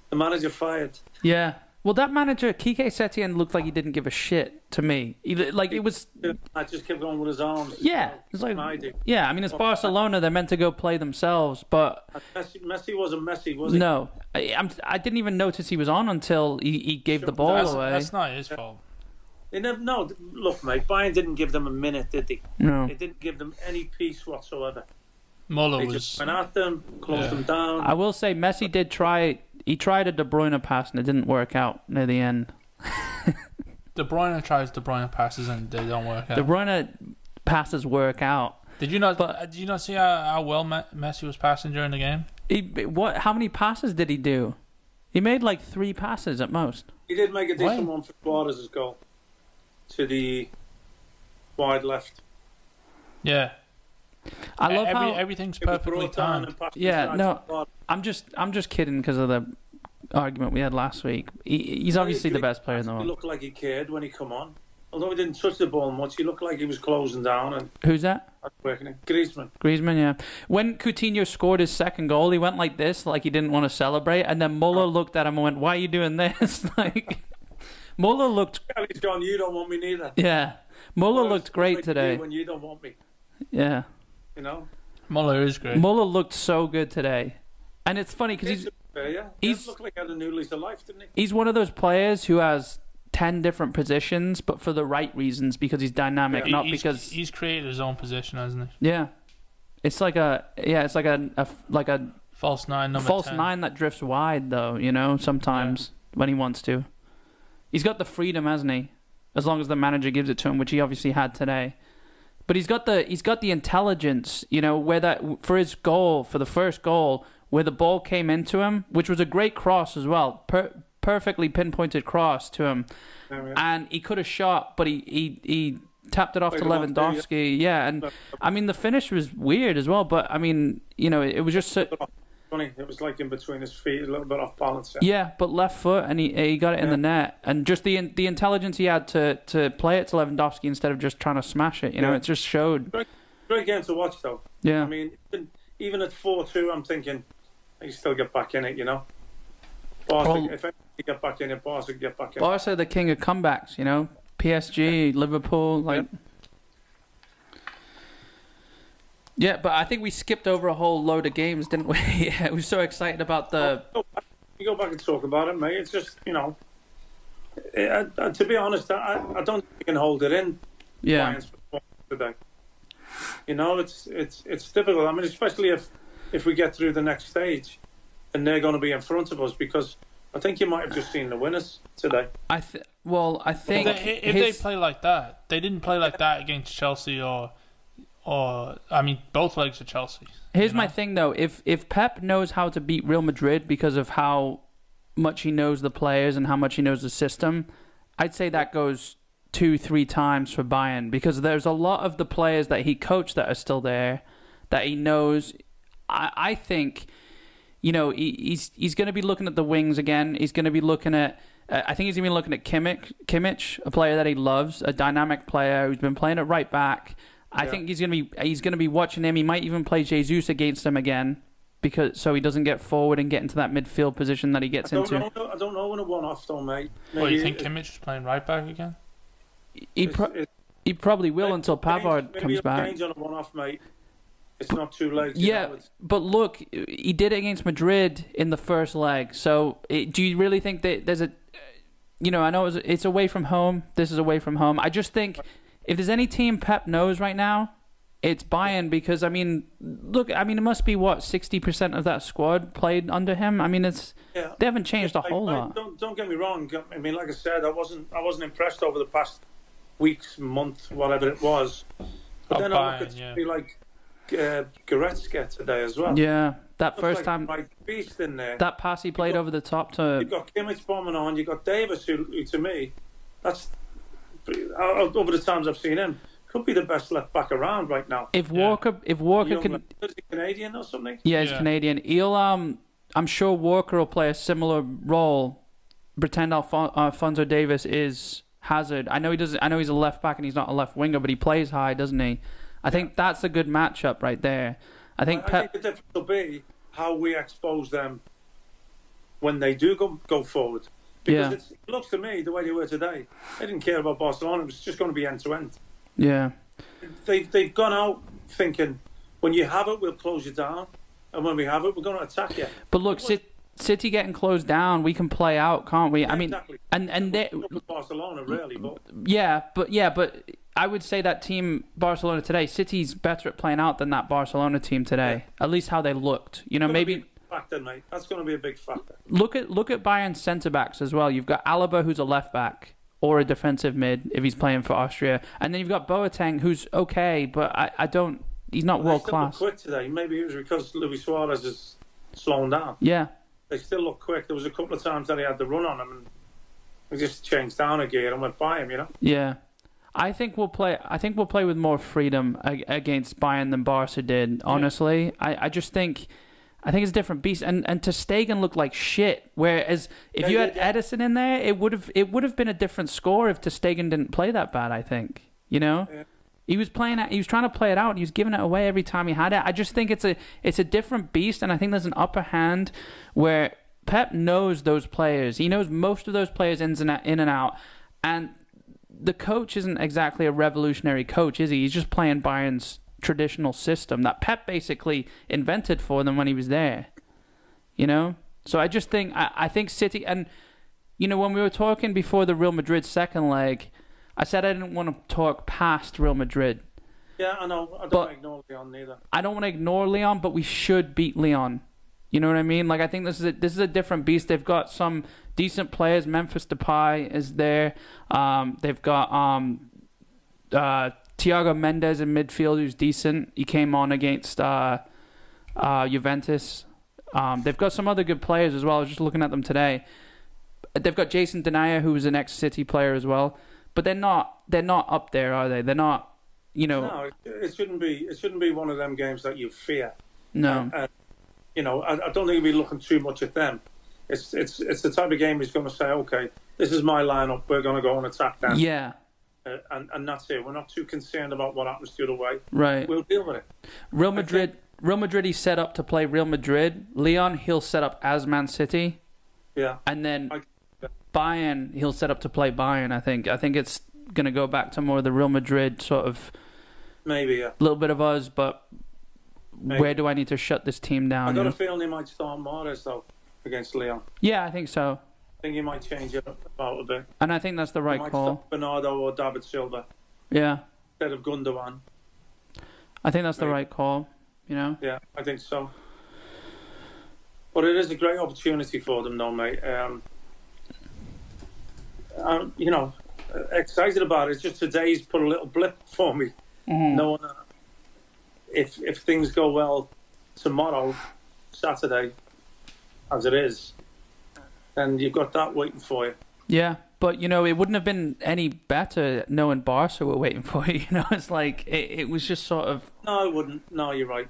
Speaker 3: the manager fired.
Speaker 1: yeah. Well, that manager Kike Setien looked like he didn't give a shit to me. He, like it was,
Speaker 3: I just kept going with his arms.
Speaker 1: yeah. It's like,
Speaker 3: I do. Oh.
Speaker 1: yeah. I mean, it's Barcelona. They're meant to go play themselves, but
Speaker 3: Uh, Messi, Messi wasn't Messi, was he?
Speaker 1: no, I, I'm. I didn't even notice he was on until he, he gave the ball
Speaker 2: That's,
Speaker 1: away.
Speaker 2: that's not his fault.
Speaker 3: They never, no, look, mate, Bayern didn't give them a minute, did they?
Speaker 1: no.
Speaker 3: They didn't give them any peace whatsoever.
Speaker 2: Muller
Speaker 3: They
Speaker 2: was.
Speaker 3: just went at them, closed
Speaker 2: Yeah.
Speaker 3: them down.
Speaker 1: I will say Messi did try. He tried a De Bruyne pass and it didn't work out near the end.
Speaker 2: De Bruyne tries De Bruyne passes and they don't work out.
Speaker 1: De Bruyne passes work out.
Speaker 2: Did you not?
Speaker 1: But-
Speaker 2: uh, did you not see how, how well Me- Messi was passing during the game?
Speaker 1: He what? How many passes did he do? He made like three passes at most.
Speaker 3: he did make a decent
Speaker 2: Why?
Speaker 3: one for Suarez's goal to the wide left.
Speaker 2: Yeah,
Speaker 1: I
Speaker 2: E-
Speaker 1: love
Speaker 2: every,
Speaker 1: how
Speaker 2: everything's
Speaker 3: It was
Speaker 2: perfectly
Speaker 3: brought down
Speaker 2: timed.
Speaker 3: and passed
Speaker 1: Yeah,
Speaker 3: inside
Speaker 1: no.
Speaker 3: to Suarez.
Speaker 1: I'm just I'm just kidding because of the argument we had last week. He, he's obviously the best player in the
Speaker 3: He
Speaker 1: world.
Speaker 3: looked like he cared when he come on. Although he didn't touch the ball much, he looked like he was closing down and
Speaker 1: Who's that?
Speaker 3: and breaking it. Griezmann.
Speaker 1: Griezmann, yeah. When Coutinho scored his second goal, he went like this, like he didn't want to celebrate, and then
Speaker 2: Oh.
Speaker 1: Muller looked at him and went, "Why are you doing this?" like Muller looked,
Speaker 3: Yeah, he's gone, you don't want me neither.
Speaker 1: yeah. Muller looked great
Speaker 3: Like you do
Speaker 1: today.
Speaker 3: When you don't want me,
Speaker 1: Yeah,
Speaker 3: you know.
Speaker 2: Muller is great.
Speaker 1: Muller looked so good today, and it's funny because he's
Speaker 3: yeah, he
Speaker 1: he's-
Speaker 3: looked like he had a new lease of life, didn't he?
Speaker 1: he's one of those players who has ten different positions, but for the right reasons because he's dynamic,
Speaker 2: He-
Speaker 1: not
Speaker 2: he's,
Speaker 1: because
Speaker 2: he's created his own position, hasn't he?
Speaker 1: yeah. It's like a yeah, it's like a, a like a
Speaker 2: False nine, number
Speaker 1: false
Speaker 2: 10.
Speaker 1: nine that drifts wide though you know sometimes when he wants to he's got the freedom hasn't he as long as the manager gives it to him which he obviously had today but he's got the he's got the intelligence you know where that for his goal for the first goal where the ball came into him which was a great cross as well per- perfectly pinpointed cross to him and he could have shot but he he, he tapped it off to
Speaker 3: Played it off to
Speaker 1: Lewandowski yeah and I mean the finish was weird as well but I mean you know it, it was just so,
Speaker 3: Funny, it was like in between his feet, a little bit off balance. Yeah.
Speaker 1: Yeah, but left foot, and he he got it in
Speaker 3: Yeah.
Speaker 1: the net, and just the the intelligence he had to to play it to Lewandowski instead of just trying to smash it. You know,
Speaker 3: Yeah.
Speaker 1: it just showed.
Speaker 3: Great game to watch, though.
Speaker 1: Yeah,
Speaker 3: I mean, even, even at 4 2, I'm thinking, you still get back in it, you know? Barca,
Speaker 1: Well-
Speaker 3: if you get back in it, Barca get back in
Speaker 1: Barca the king of comebacks. You know, PSG, Liverpool, like. Yeah, but I think we skipped over a whole load of games, didn't we? yeah, we were so excited about the.
Speaker 3: You go back and talk about it, mate. It's just, you know, eh, I, I, to be honest, I, I don't think you can hold it in
Speaker 1: Yeah,
Speaker 3: Bayern's performance today. You know, it's it's it's difficult. I mean, especially if if we get through the next stage, and they're going to be in front of us because I think you might have just seen the winners today.
Speaker 1: I th- well, I think
Speaker 2: If, they, if
Speaker 1: his-
Speaker 2: they play like that, they didn't play like that against Chelsea or, or I mean, both legs of Chelsea.
Speaker 1: Here's
Speaker 2: you
Speaker 1: my
Speaker 2: know?
Speaker 1: thing though: if if Pep knows how to beat Real Madrid because of how much he knows the players and how much he knows the system, I'd say that goes two, three times for Bayern because there's a lot of the players that he coached that are still there, that he knows. I I think, you know, he, he's he's going to be looking at the wings again. He's going to be looking at. Uh, I think he's even looking at Kimmich, Kimmich, a player that he loves, a dynamic player who's been playing at right back. I
Speaker 3: Yeah.
Speaker 1: think he's gonna be he's gonna be watching him. He might even play Jesus against him again because so he doesn't get forward and get into that midfield position that he
Speaker 3: I
Speaker 1: gets
Speaker 3: don't
Speaker 1: into.
Speaker 3: know. I don't know when a one-off though, mate.
Speaker 2: What, you
Speaker 3: Maybe
Speaker 2: think
Speaker 3: it-
Speaker 2: Kimmich is playing right back again?
Speaker 1: He
Speaker 3: it's-
Speaker 1: pro-
Speaker 3: it's-
Speaker 1: he probably will until
Speaker 3: Maybe-
Speaker 1: Pavard
Speaker 3: maybe
Speaker 1: comes
Speaker 3: a
Speaker 1: back.
Speaker 3: Change on a one-off, mate. It's not too late. you
Speaker 1: Yeah,
Speaker 3: know, it's-
Speaker 1: but look, he did it against Madrid in the first leg. So it, do you really think that there's a, you know, I know it's, it's away from home. This is away from home. I just think if there's any team Pep knows right now, it's Bayern because I mean, look, I mean it must be what sixty percent of that squad played under him. I mean it's
Speaker 3: yeah.
Speaker 1: they haven't changed a
Speaker 3: Like,
Speaker 1: whole
Speaker 3: like,
Speaker 1: lot.
Speaker 3: Don't, don't get me wrong. I mean, like I said, I wasn't I wasn't impressed over the past weeks, month, whatever it was. But
Speaker 2: Oh,
Speaker 3: then I
Speaker 2: Bayern,
Speaker 3: look at
Speaker 2: yeah.
Speaker 3: somebody like uh, Goretzka today as well.
Speaker 1: Yeah, that
Speaker 3: Looks
Speaker 1: first
Speaker 3: like a
Speaker 1: time
Speaker 3: right beast in there.
Speaker 1: that pass he played over the top to
Speaker 3: You've got Kimmich bombing on. You've got Davis, who, who to me, that's out- over the times I've seen him, could be the best left back around right now.
Speaker 1: if
Speaker 2: Yeah.
Speaker 1: Walker if Walker
Speaker 3: Young
Speaker 1: can
Speaker 3: lad. Is he Canadian or something?
Speaker 1: Yeah, he's
Speaker 2: Yeah.
Speaker 1: Canadian. He'll, um, I'm sure Walker will play a similar role. Pretend Alfon- Alfonso Davis is Hazard. I know he doesn't. I know he's a left back and he's not a left winger, but he plays high, doesn't he? I think that's a good matchup right there. I think
Speaker 3: I think
Speaker 1: Pep.
Speaker 3: the difference will be how we expose them when they do go go forward. Because
Speaker 1: Yeah.
Speaker 3: it's, it looks to me the way they were today, they didn't care about Barcelona. It was just going to be end to end.
Speaker 1: Yeah,
Speaker 3: They they've gone out thinking when you have it, we'll close you down, and when we have it, we're going to attack you.
Speaker 1: but look, City, City getting closed down, we can play out, can't we? I mean,
Speaker 3: exactly.
Speaker 1: and and they,
Speaker 3: Barcelona really, but
Speaker 1: yeah, but yeah, but I would say that team Barcelona today, City's better at playing out than that Barcelona team today. At least how they looked. You know,
Speaker 3: Gonna
Speaker 1: maybe.
Speaker 3: be a factor, mate. That's going to be a big factor.
Speaker 1: look at look at Bayern's centre backs as well. You've got Alaba, who's a left back or a defensive mid if he's playing for Austria, and then you've got Boateng, who's okay, but I, I don't. He's not
Speaker 3: They
Speaker 1: world
Speaker 3: still look
Speaker 1: class.
Speaker 3: quick today. Maybe it was because Luis Suarez is slowing down.
Speaker 1: Yeah,
Speaker 3: they still look quick. There was a couple of times that he had the run on him, and we just changed down a gear and went by him. You know,
Speaker 1: yeah. I think we'll play. I think we'll play with more freedom a- against Bayern than Barca did. Honestly, I, I just think. I think it's a different beast, and and to Stegen looked like shit. Whereas if
Speaker 3: Yeah,
Speaker 1: you
Speaker 3: yeah,
Speaker 1: had
Speaker 3: yeah.
Speaker 1: Edison in there, it would have it would have been a different score if to Stegen didn't play that bad. I think you know.
Speaker 3: Yeah.
Speaker 1: He was playing. He was trying to play it out. He was giving it away every time he had it. I just think it's a it's a different beast, and I think there's an upper hand where Pep knows those players. He knows most of those players ins and out, in and out, and the coach isn't exactly a revolutionary coach, is he? He's just playing Bayern's traditional system that Pep basically invented for them when he was there. You know, so I just think I, I think City and you know when we were talking before the Real Madrid second leg, I said I didn't want to talk past Real Madrid.
Speaker 3: yeah, I know. I don't
Speaker 1: But-
Speaker 3: ignore Leon neither.
Speaker 1: I don't want to ignore Leon, but we should beat Leon. You know what I mean? Like I think this is a, this is a different beast. They've got some decent players. Memphis Depay is there. Um, they've got um, uh, Thiago Mendes in midfield, who's decent. He came on against uh, uh, Juventus. Um, they've got some other good players as well. I was just looking at them today. They've got Jason Denier, who was an ex-City player as well. But they're not they're not up there, are they? They're not. You know,
Speaker 3: No, it, it shouldn't be. It shouldn't be one of them games that you fear.
Speaker 1: no.
Speaker 3: And, and, you know, I, I don't think we're looking too much at them. It's it's it's the type of game he's going to say, okay, this is my lineup. We're going to go and attack them,
Speaker 1: yeah,
Speaker 3: uh, and and that's it. We're not too concerned about what happens the other way.
Speaker 1: right.
Speaker 3: We'll deal with it.
Speaker 1: Real Madrid. Real Madrid. He's set up to play Real Madrid. Leon. He'll set up as Man City,
Speaker 3: Yeah,
Speaker 1: and then
Speaker 3: I-
Speaker 1: Bayern. He'll set up to play Bayern. I think. I think it's gonna go back to more of the Real Madrid sort of
Speaker 3: maybe. Yeah.
Speaker 1: little bit of us, but
Speaker 3: Maybe.
Speaker 1: where do I need to shut this team
Speaker 3: I
Speaker 1: down? you
Speaker 3: got a
Speaker 1: know?
Speaker 3: feeling he might start Mares though against Leon.
Speaker 1: Yeah, I think so,
Speaker 3: I think he might change it up about a bit.
Speaker 1: and I think that's the right
Speaker 3: Might
Speaker 1: call.
Speaker 3: start Bernardo or David Silva
Speaker 1: Yeah,
Speaker 3: instead of Gundogan.
Speaker 1: I think that's the
Speaker 3: Maybe.
Speaker 1: right call. You know.
Speaker 3: Yeah, I think so. But But it is a great opportunity for them, though, mate. Um, I'm, you know, uh, excited about it. It's just today's put a little blip for me,
Speaker 1: Mhm.
Speaker 3: knowing that if if things go well tomorrow, Saturday, as it is, then you've got that waiting for you.
Speaker 1: Yeah, but you know, it wouldn't have been any better knowing Barca were waiting for you. You know, it's like it, it was just sort of
Speaker 3: No, I wouldn't. No, you're right.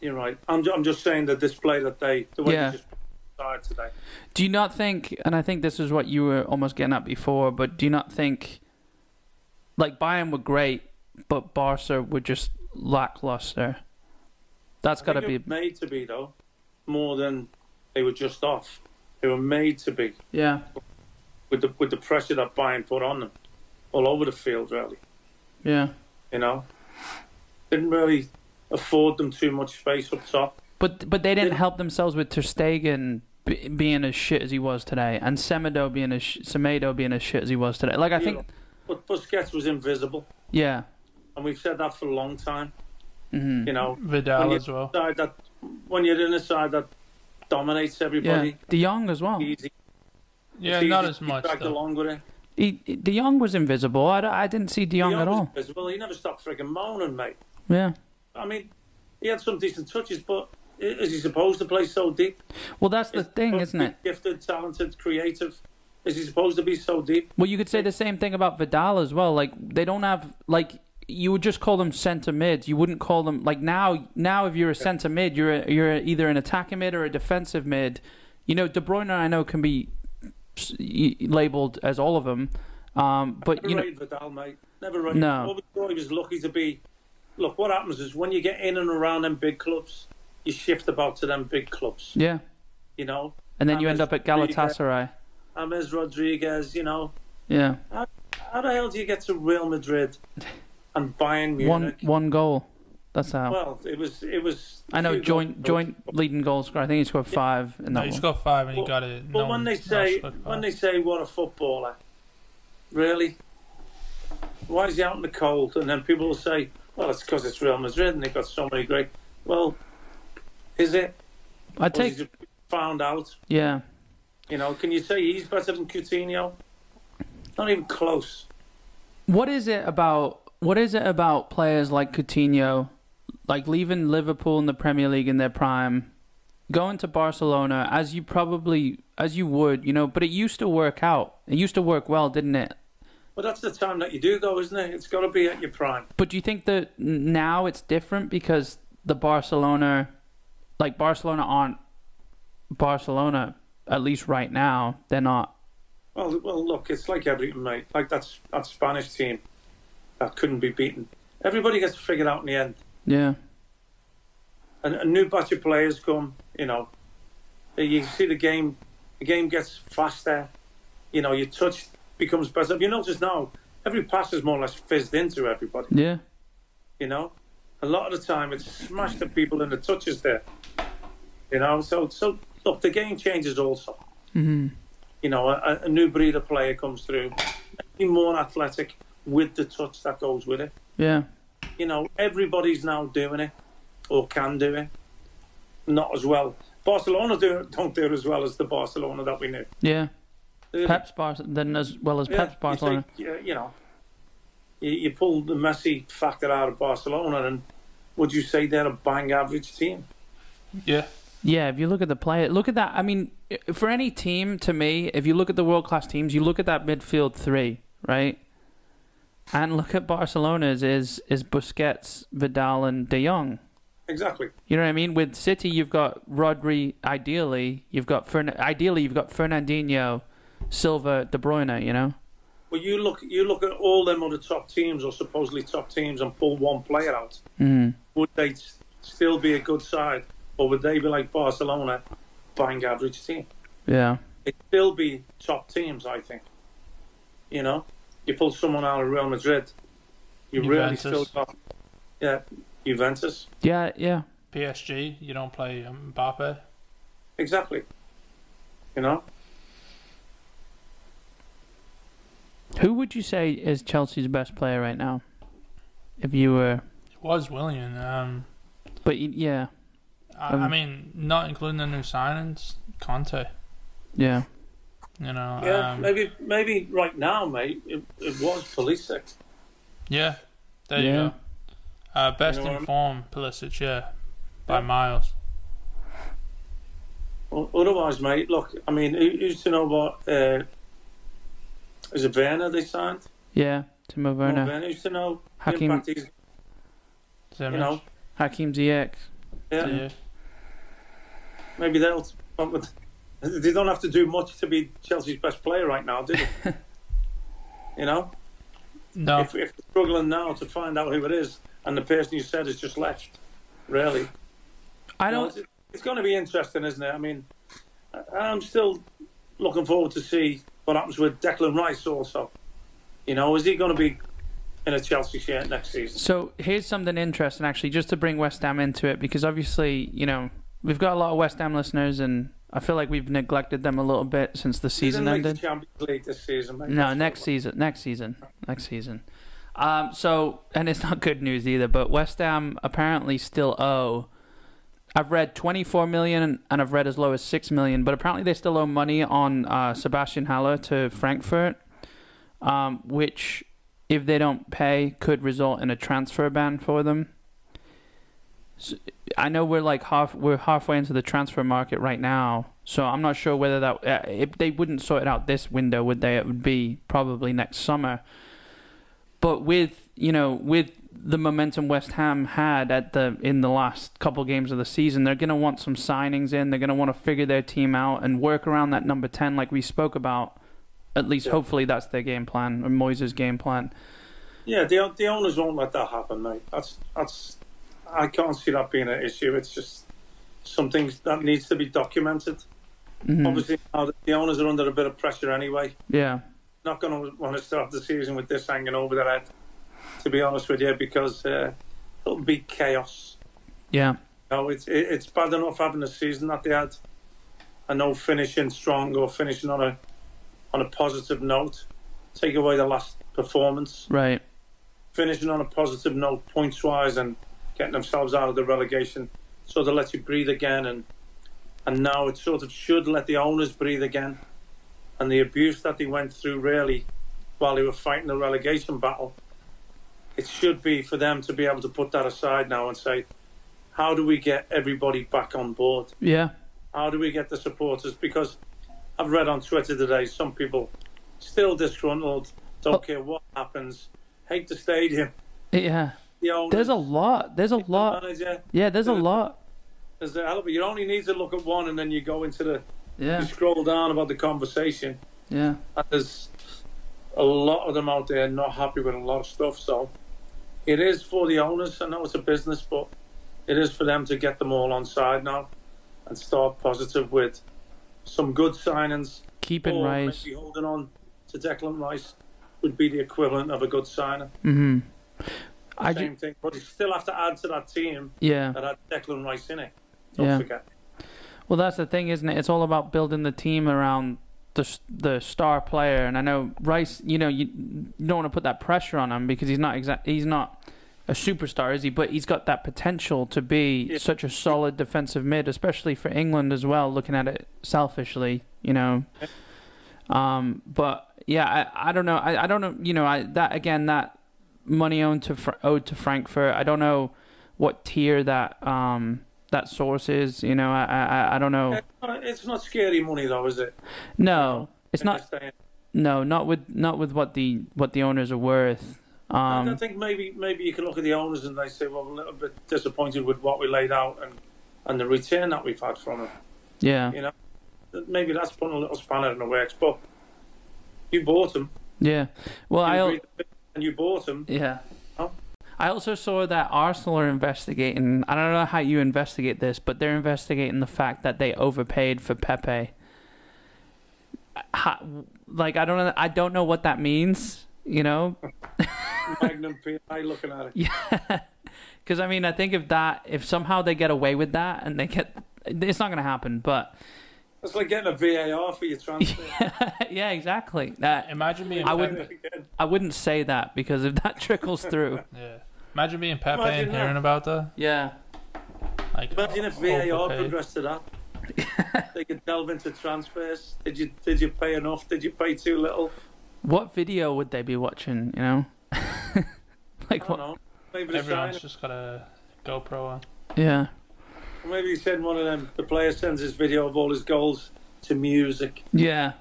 Speaker 3: You're right. I'm, ju- I'm just saying the display that they, the way
Speaker 1: Yeah.
Speaker 3: they just started today.
Speaker 1: Do you not think, and I think this is what you were almost getting at before, but do you not think, like, Bayern were great, but Barca were just lackluster? That's
Speaker 3: I
Speaker 1: got to
Speaker 3: think
Speaker 1: be.
Speaker 3: it was made to be though, more than they were just off. They were made to be
Speaker 1: Yeah.
Speaker 3: with the with the pressure that Bayern put on them, all over the field really.
Speaker 1: Yeah.
Speaker 3: You know, didn't really afford them too much space up top.
Speaker 1: But but they didn't
Speaker 3: They-
Speaker 1: help themselves with Ter Stegen b- being as shit as he was today, and Semedo being as sh- Semedo being as shit as he was today. Like I think,
Speaker 3: But Busquets was invisible,
Speaker 1: yeah,
Speaker 3: and we've said that for a long time.
Speaker 1: hmm
Speaker 3: You know,
Speaker 2: Vidal
Speaker 3: When you-
Speaker 2: as well.
Speaker 3: side that when you're in a side that dominates
Speaker 1: yeah. Oh.
Speaker 3: everybody,
Speaker 1: De Jong as well.
Speaker 3: easy.
Speaker 2: Yeah,
Speaker 3: it's
Speaker 2: not
Speaker 3: easy
Speaker 2: as
Speaker 3: to be
Speaker 2: much.
Speaker 3: dragged
Speaker 2: though.
Speaker 3: along with it.
Speaker 1: He, he- De Jong was invisible. I, d- I didn't see De Jong
Speaker 3: He
Speaker 1: at
Speaker 3: always
Speaker 1: all.
Speaker 3: is. Well, he never stopped freaking moaning, mate.
Speaker 1: Yeah.
Speaker 3: I mean, he had some decent touches, but i- is he supposed to play so deep?
Speaker 1: Well, that's the
Speaker 3: Is he
Speaker 1: thing,
Speaker 3: supposed
Speaker 1: isn't
Speaker 3: to
Speaker 1: it?
Speaker 3: be Gifted, talented, creative. Is he supposed to be so deep?
Speaker 1: Well, you could say the same thing about Vidal as well. Like they don't have like you would just call them centre mids. You wouldn't call them like now. Now, if you're a centre mid, you're a, you're either an attacking mid or a defensive mid. You know, De Bruyne I know can be s- y- labeled as all of them, um, but
Speaker 3: Never
Speaker 1: you know,
Speaker 3: rated Vidal, mate. Never rated.
Speaker 1: No.
Speaker 3: I always thought he was lucky to be. Look, what happens is when you get in and around them big clubs, you shift about to them big clubs.
Speaker 1: yeah.
Speaker 3: You know,
Speaker 1: And then you end
Speaker 3: James
Speaker 1: up at
Speaker 3: Rodriguez.
Speaker 1: Galatasaray.
Speaker 3: Ames Rodriguez. You know,
Speaker 1: Yeah,
Speaker 3: how the hell do you get to Real Madrid and Bayern Munich?
Speaker 1: one one goal. That's how.
Speaker 3: Well, it was it was.
Speaker 1: I know
Speaker 3: it was-
Speaker 1: joint joint leading goal scorer. I think he scored five in
Speaker 2: No,
Speaker 1: that
Speaker 2: he
Speaker 1: one.
Speaker 2: scored five and he
Speaker 3: But-
Speaker 2: got it.
Speaker 3: But
Speaker 2: no
Speaker 3: when
Speaker 2: one
Speaker 3: they
Speaker 2: else
Speaker 3: say
Speaker 2: scored five.
Speaker 3: when they say what a footballer, really, why is he out in the cold? And then people will say, well, it's because it's Real Madrid and they've got so many great. Well, is it?
Speaker 1: I
Speaker 3: Was he
Speaker 1: take
Speaker 3: just found out.
Speaker 1: yeah.
Speaker 3: You know, can you say he's better than Coutinho? Not even close.
Speaker 1: What is it about what is it about players like Coutinho, like leaving Liverpool in the Premier League in their prime, going to Barcelona as you probably as you would, you know, but it used to work out. It used to work well, didn't it?
Speaker 3: But that's the time that you do, though, isn't it? It's got to be at your prime.
Speaker 1: But do you think that n- now it's different because the Barcelona like Barcelona aren't Barcelona at least right now, they're not.
Speaker 3: Well, well, look, it's like everything, mate. Like that's that Spanish team that couldn't be beaten. Everybody gets figured out in the end.
Speaker 1: Yeah.
Speaker 3: a, a new batch of players come. You know, Uh, you see the game. The game gets faster. You know, your touch becomes better. If you notice now, every pass is more or less fizzed into everybody.
Speaker 1: Yeah.
Speaker 3: You know, a lot of the time it's smashed the people in the touches there. You know, so so look, the game changes also.
Speaker 1: hmm
Speaker 3: You know, a, a new breed of player comes through, be more athletic with the touch that goes with it
Speaker 1: Yeah.
Speaker 3: you know, everybody's now doing it or can do it. Not as well. Barcelona do, don't do it as well as the Barcelona that we knew.
Speaker 1: Yeah.
Speaker 3: Really.
Speaker 1: Pep's Bar then as well as
Speaker 3: Yeah,
Speaker 1: Pep's
Speaker 3: you
Speaker 1: Barcelona.
Speaker 3: take, uh, you know, you, you pull the Messi factor out of Barcelona, and would you say they're a bang average team?
Speaker 2: yeah,
Speaker 1: Yeah, if you look at the player, look at that. I mean, i- for any team, to me, if you look at the world class teams, you look at that midfield three, right? And look at Barcelona's is is Busquets, Vidal, and De Jong.
Speaker 3: Exactly.
Speaker 1: You know what I mean? With City, you've got Rodri. Ideally, you've got Fern- ideally you've got Fernandinho, Silva, De Bruyne. You know?
Speaker 3: Well, you look you look at all them other top teams or supposedly top teams and pull one player out.
Speaker 1: Mm.
Speaker 3: Would they s- still be a good side, or would they be like Barcelona, bang average team?
Speaker 1: Yeah.
Speaker 3: it still be top teams, I think. You know, you pull someone out of Real Madrid, you really
Speaker 2: Juventus.
Speaker 3: still got yeah, Juventus
Speaker 1: Yeah. Yeah.
Speaker 2: PSG. You don't play um, Mbappe.
Speaker 3: exactly. You know,
Speaker 1: Who would you say is Chelsea's best player right now? If you were,
Speaker 2: It was Willian. Um,
Speaker 1: but y- yeah,
Speaker 2: I, I mean, not including the new signings, Conte.
Speaker 1: Yeah.
Speaker 2: You know,
Speaker 3: Yeah,
Speaker 2: um,
Speaker 3: maybe maybe right now, mate, it, it was Pulisic.
Speaker 2: yeah. There
Speaker 1: Yeah.
Speaker 2: you go. Uh, best
Speaker 3: You know what I
Speaker 2: in
Speaker 3: mean?
Speaker 2: form, Pulisic, yeah, by
Speaker 3: Yeah.
Speaker 2: miles.
Speaker 3: O- Otherwise, mate, look, I mean, who, who's to know what uh, is it Werner they signed?
Speaker 1: Yeah. Timo
Speaker 3: Werner.
Speaker 1: Werner.
Speaker 3: Who's to know the
Speaker 1: Hakim,
Speaker 3: impact he's,
Speaker 2: Zimmer,
Speaker 3: you know?
Speaker 1: Hakim Ziyech.
Speaker 3: Yeah,
Speaker 2: yeah.
Speaker 3: maybe they'll. but They don't have to do much to be Chelsea's best player right now, do they? you know,
Speaker 2: No,
Speaker 3: if, if they're struggling now to find out who it is, and the person you said has just left, really.
Speaker 1: I
Speaker 3: You know,
Speaker 1: don't.
Speaker 3: It's, it's going to be interesting, isn't it? I mean, I- I'm still looking forward to see what happens with Declan Rice. Also, you know, is he going to be in a Chelsea shirt next season?
Speaker 1: So here's something interesting, actually, just to bring West Ham into it, because obviously, you know, we've got a lot of West Ham listeners, and I feel like we've neglected them a little bit since the season
Speaker 3: He didn't make the
Speaker 1: ended.
Speaker 3: Champions League this season. Mate.
Speaker 1: No, next season. Next season. Next season. Um, so, and it's not good news either, but West Ham apparently still owe. I've read 24 million and I've read as low as 6 million, but apparently they still owe money on uh, Sebastian Haller to Frankfurt, um, which, if they don't pay, could result in a transfer ban for them. So, I know we're like half we're halfway into the transfer market right now, so I'm not sure whether that uh, if they wouldn't sort it out this window, would they? It would be probably next summer. But with you know with the momentum West Ham had at the in the last couple games of the season, they're going to want some signings in. They're going to want to figure their team out and work around that number ten, like we spoke about. At least,
Speaker 3: Yeah.
Speaker 1: hopefully, that's their game plan or Moyes' game plan.
Speaker 3: Yeah, the the owners won't let that happen, mate. That's that's. I can't see that being an issue. It's just something that needs to be documented.
Speaker 1: Mhm.
Speaker 3: Obviously, now that the owners are under a bit of pressure anyway.
Speaker 1: Yeah,
Speaker 3: not going to want to start the season with this hanging over their head, to be honest with you, because uh, it'll be chaos.
Speaker 1: yeah,
Speaker 3: You know, it's it, it's bad enough having a season that they had, and no finishing strong or finishing on a on a positive note. Take away the last performance,
Speaker 1: right.
Speaker 3: finishing on a positive note points wise, and getting themselves out of the relegation, sort of let you breathe again, and and now it sort of should let the owners breathe again, and the abuse that they went through really while they were fighting the relegation battle, it should be for them to be able to put that aside now and say, how do we get everybody back on board?
Speaker 1: Yeah,
Speaker 3: How do we get the supporters? Because I've read on Twitter today some people still disgruntled, don't
Speaker 1: Oh.
Speaker 3: care what happens, hate the stadium.
Speaker 1: yeah.
Speaker 3: The owners,
Speaker 1: There's a lot. There's a lot.
Speaker 3: manager.
Speaker 1: Yeah, there's a lot.
Speaker 3: There's the hell you only need to look at one, and then you go into the you
Speaker 1: Yeah,
Speaker 3: scroll down about the conversation.
Speaker 1: yeah,
Speaker 3: And there's a lot of them out there not happy with a lot of stuff. So it is for the owners. I know it's a business, but it is for them to get them all on side now and start positive with some good signings.
Speaker 1: keeping
Speaker 3: or
Speaker 1: Rice.
Speaker 3: maybe holding on to Declan Rice would be the equivalent of a good signing.
Speaker 1: Mm-hmm. I
Speaker 3: Same
Speaker 1: ju-
Speaker 3: thing. But you still have to add to that team
Speaker 1: yeah.
Speaker 3: that had Declan Rice in it. Don't
Speaker 1: Yeah.
Speaker 3: forget.
Speaker 1: Well, that's the thing, isn't it? It's all about building the team around the s- the star player, and I know Rice. You know, you you don't want to put that pressure on him because he's not exact. He's not a superstar, is he? But he's got that potential to be
Speaker 3: Yeah.
Speaker 1: such a solid defensive mid, especially for England as well. Looking at it selfishly, you know. Um, but yeah, I, I don't know. I, I don't know. You know, I that again that money owed to Fra- owed to Frankfurt. I don't know what tier that um that source is. You know, I I, I don't know.
Speaker 3: It's not- Uh, It's not scary money though, is it?
Speaker 1: No, it's
Speaker 3: In
Speaker 1: not.
Speaker 3: this day and-
Speaker 1: No, not with not with what the what the owners are worth.
Speaker 3: I don't
Speaker 1: Um,
Speaker 3: think maybe maybe you can look at the owners and they say, well, we're a little bit disappointed with what we laid out and and the return that we've had from it.
Speaker 1: yeah,
Speaker 3: You know, That- maybe that's putting a little spanner in the works. But you bought them,
Speaker 1: yeah. Well,
Speaker 3: you
Speaker 1: I
Speaker 3: agreed to it, and you bought them.
Speaker 1: yeah.
Speaker 3: Oh.
Speaker 1: I also saw that Arsenal are investigating. I don't know how you investigate this, but they're investigating the fact that they overpaid for Pepe. How, like I don't know. I don't know what that means. You know,
Speaker 3: Magnum PI looking at it.
Speaker 1: Yeah, because I mean, I think if that, if somehow they get away with that and they get, it's not going to happen. But
Speaker 3: It's like getting a VAR for your transfer.
Speaker 1: yeah, exactly. That
Speaker 2: imagine being
Speaker 1: I
Speaker 2: Pepe.
Speaker 1: wouldn't- I wouldn't say that because if that trickles through,
Speaker 2: Yeah, imagine being Pepe
Speaker 3: Imagine
Speaker 2: and
Speaker 3: that.
Speaker 2: hearing about that.
Speaker 1: yeah,
Speaker 2: Like,
Speaker 3: Imagine if VAR
Speaker 2: overpaid.
Speaker 3: progressed to that. they could delve into transfers. Did you did you pay enough? Did you pay too little?
Speaker 1: What video would they be watching? You know,
Speaker 3: I
Speaker 1: like
Speaker 3: don't
Speaker 1: what?
Speaker 3: know. Maybe the sign,
Speaker 2: Everyone's just got a GoPro on.
Speaker 1: Yeah,
Speaker 3: maybe he send one of them. The player sends his video of all his goals to music.
Speaker 1: yeah.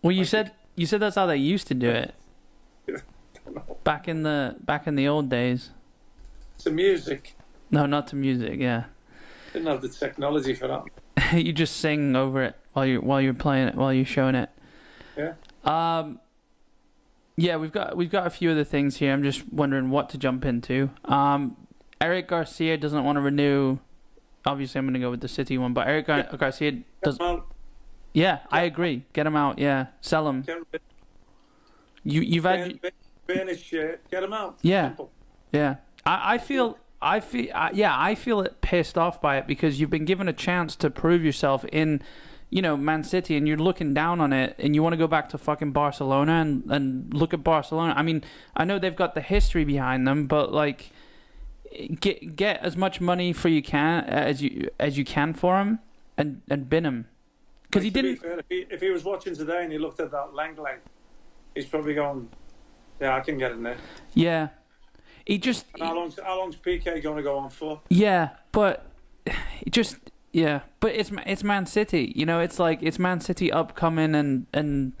Speaker 1: Well, you
Speaker 3: Like-
Speaker 1: said you said that's how they used to do it back in the back in the old days.
Speaker 3: To music.
Speaker 1: No, not to music. Yeah,
Speaker 3: Didn't have the technology for that.
Speaker 1: you just sing over it while you while you're playing it while you're showing it.
Speaker 3: Yeah.
Speaker 1: Um. Yeah, we've got we've got a few other things here. I'm just wondering what to jump into. Um, Eric Garcia doesn't want to renew. Obviously, I'm going to go with the City one, but Eric Gar- Garcia does.
Speaker 3: Well,
Speaker 1: Yeah, I agree. Get him out. Yeah, sell him.
Speaker 3: get rid
Speaker 1: You you've had
Speaker 3: burn- burn his shirt. Get him out.
Speaker 1: Yeah.
Speaker 3: Simple.
Speaker 1: Yeah, I, I feel, I feel, I, yeah, I feel it pissed off by it because you've been given a chance to prove yourself in, you know, Man City, and you're looking down on it, and you want to go back to fucking Barcelona and and look at Barcelona. I mean, I know they've got the history behind them, but like, get get as much money for you can as you as you can for him, and and bin him, because he
Speaker 3: To be
Speaker 1: didn't.
Speaker 3: fair, if, he, if he was watching today and he looked at that Langley, he's probably going, "Yeah, I can get in there."
Speaker 1: Yeah, he just.
Speaker 3: And how long's how long's PK going to go on for?
Speaker 1: Yeah, but it just yeah, but it's Ma- it's Man City. You know, it's like it's Man City upcoming, and and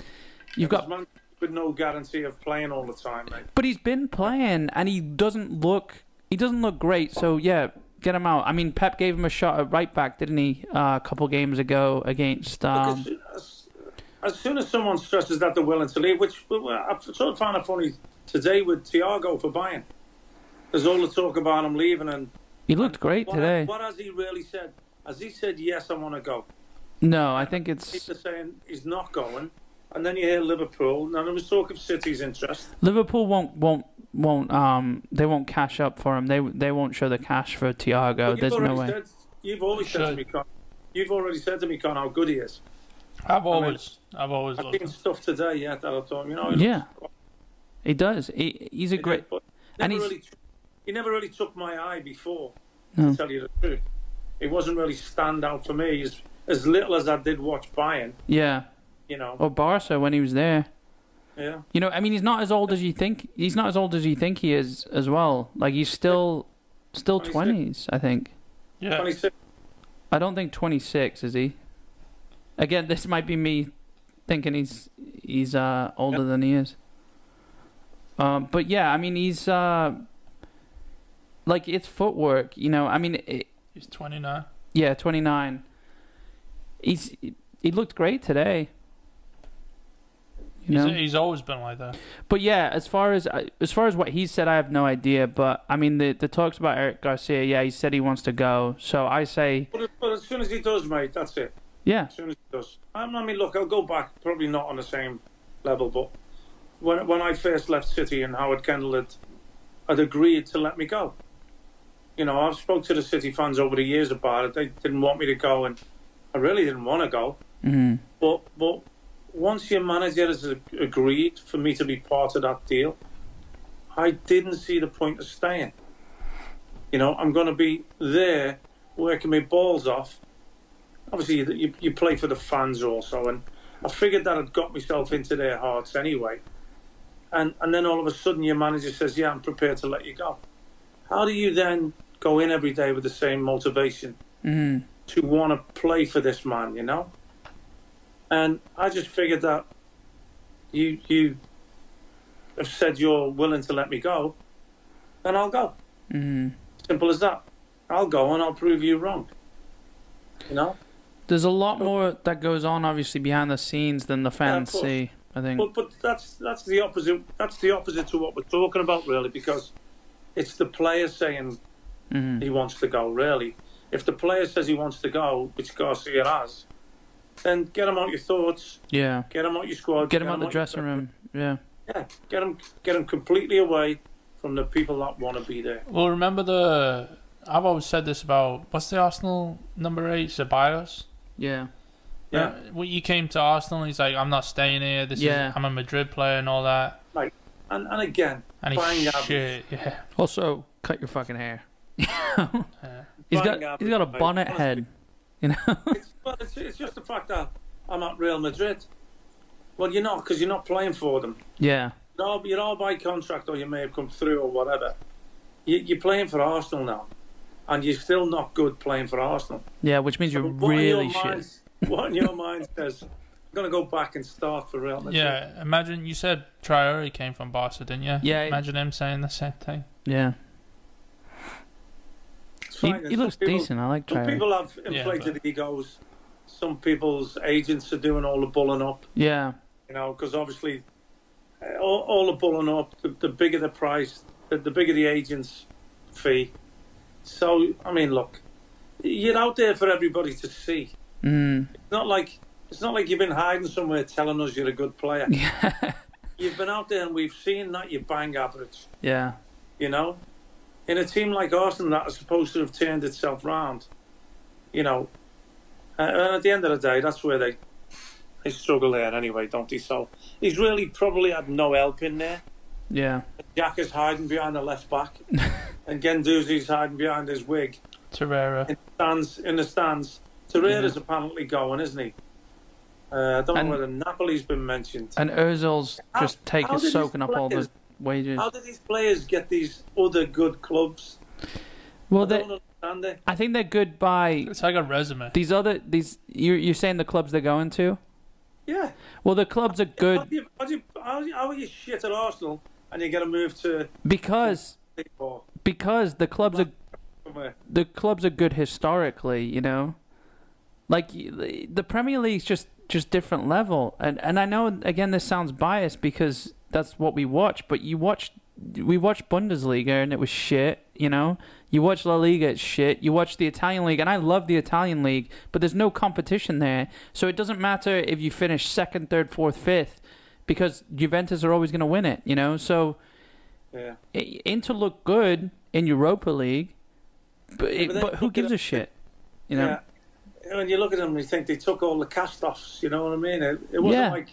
Speaker 1: you've
Speaker 3: Because
Speaker 1: got.
Speaker 3: Man with no guarantee of playing all the time, mate.
Speaker 1: But he's been playing, and he doesn't look he doesn't look great. So yeah, get him out. I mean, Pep gave him a shot at right back, didn't he? Uh, a couple games ago against. Um,
Speaker 3: Because as, as soon as someone stresses that they're willing to leave, which well, I sort of found it funny today with Thiago for Bayern. There's all the talk about him leaving, and
Speaker 1: he looked great
Speaker 3: what,
Speaker 1: today.
Speaker 3: what has he really said? Has he said yes, I want to go?
Speaker 1: No, I think
Speaker 3: People
Speaker 1: it's
Speaker 3: are saying he's not going, and then you hear Liverpool, and then there was talk of City's interest.
Speaker 1: Liverpool won't won't won't um they won't cash up for him. They they won't show the cash for
Speaker 3: But
Speaker 1: Tiago.
Speaker 3: you've
Speaker 1: There's no
Speaker 3: already
Speaker 1: way.
Speaker 3: Said, you've always
Speaker 2: You
Speaker 3: said to
Speaker 2: should.
Speaker 3: me, Con, you've already said to me, Con, how good he is.
Speaker 2: I've always, I've always
Speaker 3: I've
Speaker 2: looked.
Speaker 3: seen stuff today, yeah, that I thought, you know, he
Speaker 1: Yeah, he does. He, he's a
Speaker 3: did,
Speaker 1: great.
Speaker 3: but
Speaker 1: and
Speaker 3: never
Speaker 1: he's-
Speaker 3: really, he never really took my eye before.
Speaker 1: No.
Speaker 3: To tell you the truth, it wasn't really stand out for me as as little as I did watch Bayern.
Speaker 1: Yeah,
Speaker 3: You know,
Speaker 1: or Barca when he was there.
Speaker 3: yeah.
Speaker 1: You know, I mean, he's not as old as you think. He's not as old as you think he is as well. Like he's still, still
Speaker 3: 26.
Speaker 1: twenties. I think.
Speaker 2: Yeah,
Speaker 3: 26,
Speaker 1: I don't think twenty six is he. Again, this might be me thinking he's he's uh older than he is. Um, but yeah, I mean, he's uh, like it's footwork. You know, I mean, it,
Speaker 2: he's 29.
Speaker 1: yeah, twenty nine. He's he looked great today. You
Speaker 2: He's,
Speaker 1: know?
Speaker 2: he's always been like that.
Speaker 1: But yeah, as far as uh, as far as what he said, I have no idea. But I mean, the the talks about Eric Garcia, yeah, he said he wants to go. So I say,
Speaker 3: But, but as soon as he does, mate, that's it.
Speaker 1: yeah,
Speaker 3: As soon as he does, I mean, look, I'll go back. Probably not on the same level, but when when I first left City and Howard Kendall had had agreed to let me go. You know, I've spoke to the City fans over the years about it. They didn't want me to go, and I really didn't want to go.
Speaker 1: hmm
Speaker 3: But but once your manager has a- agreed for me to be part of that deal, I didn't see the point of staying. You know, I'm going to be there working my balls off. Obviously, you- you, you play for the fans also, and I figured that I'd got myself into their hearts anyway. And and then all of a sudden, your manager says, "Yeah, I'm prepared to let you go." How do you then go in every day with the same motivation?
Speaker 1: hmm
Speaker 3: to want to play for this man, you know. And I just figured that you you have said you're willing to let me go, and I'll go.
Speaker 1: hmm
Speaker 3: Simple as that. I'll go and I'll prove you wrong. You know.
Speaker 1: there's a lot more that goes on, obviously, behind the scenes than the fans
Speaker 3: course.
Speaker 1: see. I think.
Speaker 3: But but that's that's the opposite. That's the opposite to what we're talking about, really, because it's the player saying
Speaker 1: hmm
Speaker 3: he wants to go. Really, if the player says he wants to go, which Garcia has, then get him out your thoughts,
Speaker 1: Yeah,
Speaker 3: get him out your squad,
Speaker 1: get him out the
Speaker 3: your-
Speaker 1: dressing room. Yeah,
Speaker 3: Yeah, get them, get them completely away from the people that want to be there.
Speaker 2: Well, remember the. I've always said this about what's the Arsenal number eight, Ceballos.
Speaker 1: yeah,
Speaker 3: Yeah,
Speaker 2: Uh, when he came to Arsenal, he's like, "I'm not staying here. This
Speaker 1: Yeah.
Speaker 2: is I'm a Madrid player and all that."
Speaker 3: and and again,
Speaker 2: And
Speaker 3: Bang
Speaker 2: he
Speaker 3: average.
Speaker 2: shit, yeah.
Speaker 1: Also, cut your fucking hair. He's
Speaker 3: Bang
Speaker 1: got
Speaker 3: up.
Speaker 1: he's got a
Speaker 3: Like,
Speaker 1: bonnet
Speaker 3: honestly,
Speaker 1: head.
Speaker 3: It's, well, it's, it's just the fact that I'm at Real Madrid. Well, you're not because you're not playing for them.
Speaker 1: Yeah,
Speaker 3: You're all, you're all by contract, or you may have come through, or whatever. You, you're playing for Arsenal now, and you're still not good playing for Arsenal.
Speaker 1: yeah, which means you're
Speaker 3: What in your
Speaker 1: really
Speaker 3: mind-
Speaker 1: shit.
Speaker 3: What in your mind says I'm going to go back and start for Real Madrid?
Speaker 2: Yeah, imagine you said Traore came from Barca, didn't you?
Speaker 1: Yeah.
Speaker 2: Imagine him saying the same thing.
Speaker 1: Yeah,
Speaker 3: It's
Speaker 1: he,
Speaker 3: fine,
Speaker 1: he
Speaker 3: some
Speaker 1: looks
Speaker 3: people-
Speaker 1: decent. I like
Speaker 3: Some
Speaker 1: Traore.
Speaker 3: people have inflated egos. Some people's agents are doing all the bulling up.
Speaker 1: Yeah,
Speaker 3: you know, because obviously uh, all, all the pulling up, the, the bigger the price, the, the bigger the agent's fee. So, I mean, look, you're out there for everybody to see.
Speaker 1: mm,
Speaker 3: It's not like it's not like you've been hiding somewhere telling us you're a good player. You've been out there and we've seen that you bang average,
Speaker 1: yeah,
Speaker 3: you know. In a team like Arsenal that is supposed to have turned itself round, you know. Uh, and at the end of the day, that's where they they struggle there anyway, don't they? So he's really probably had no help in there.
Speaker 1: yeah,
Speaker 3: Jack is hiding behind the left back, and Gendouzi's hiding behind his wig.
Speaker 2: Torreira.
Speaker 3: Stands in the stands. Torreira's
Speaker 1: Yeah.
Speaker 3: apparently going, isn't he? Uh, I don't
Speaker 1: Mm-hmm. And-
Speaker 3: know whether Napoli's been mentioned.
Speaker 1: and Ozil's
Speaker 3: How-
Speaker 1: just
Speaker 3: how
Speaker 1: taking
Speaker 3: did
Speaker 1: soaking
Speaker 3: these
Speaker 1: up all the
Speaker 3: players-
Speaker 1: wages.
Speaker 3: How do these players get these other good clubs?
Speaker 1: Well,
Speaker 3: I
Speaker 1: they,
Speaker 3: don't understand it.
Speaker 1: I think they're good by
Speaker 2: It's like a resume.
Speaker 1: these other these. You you're saying the clubs they're going to?
Speaker 3: Yeah.
Speaker 1: Well, the clubs are
Speaker 3: How,
Speaker 1: good
Speaker 3: do you, how, do you, how, do you- how are you shit at Arsenal and you get a move to
Speaker 1: because
Speaker 3: Liverpool
Speaker 1: because the clubs are
Speaker 3: somewhere?
Speaker 1: the clubs are good historically, you know. Like y- the Premier League's just just different level, and and I know again this sounds biased because that's what we watch, but you watch we watched Bundesliga and it was shit, you know. You watch La Liga, it's shit. You watch the Italian league, and I love the Italian league, but there's no competition there, so it doesn't matter if you finish second, third, fourth, fifth, because Juventus are always going to win it, you know. So
Speaker 3: Yeah.
Speaker 1: I- Inter look good in Europa League, but, it,
Speaker 3: but they
Speaker 1: but who
Speaker 3: look good
Speaker 1: gives a shit? You know?
Speaker 3: Yeah. When you look at them, you think they took all the cast offs, you know what I mean? It, it wasn't
Speaker 1: Yeah.
Speaker 3: like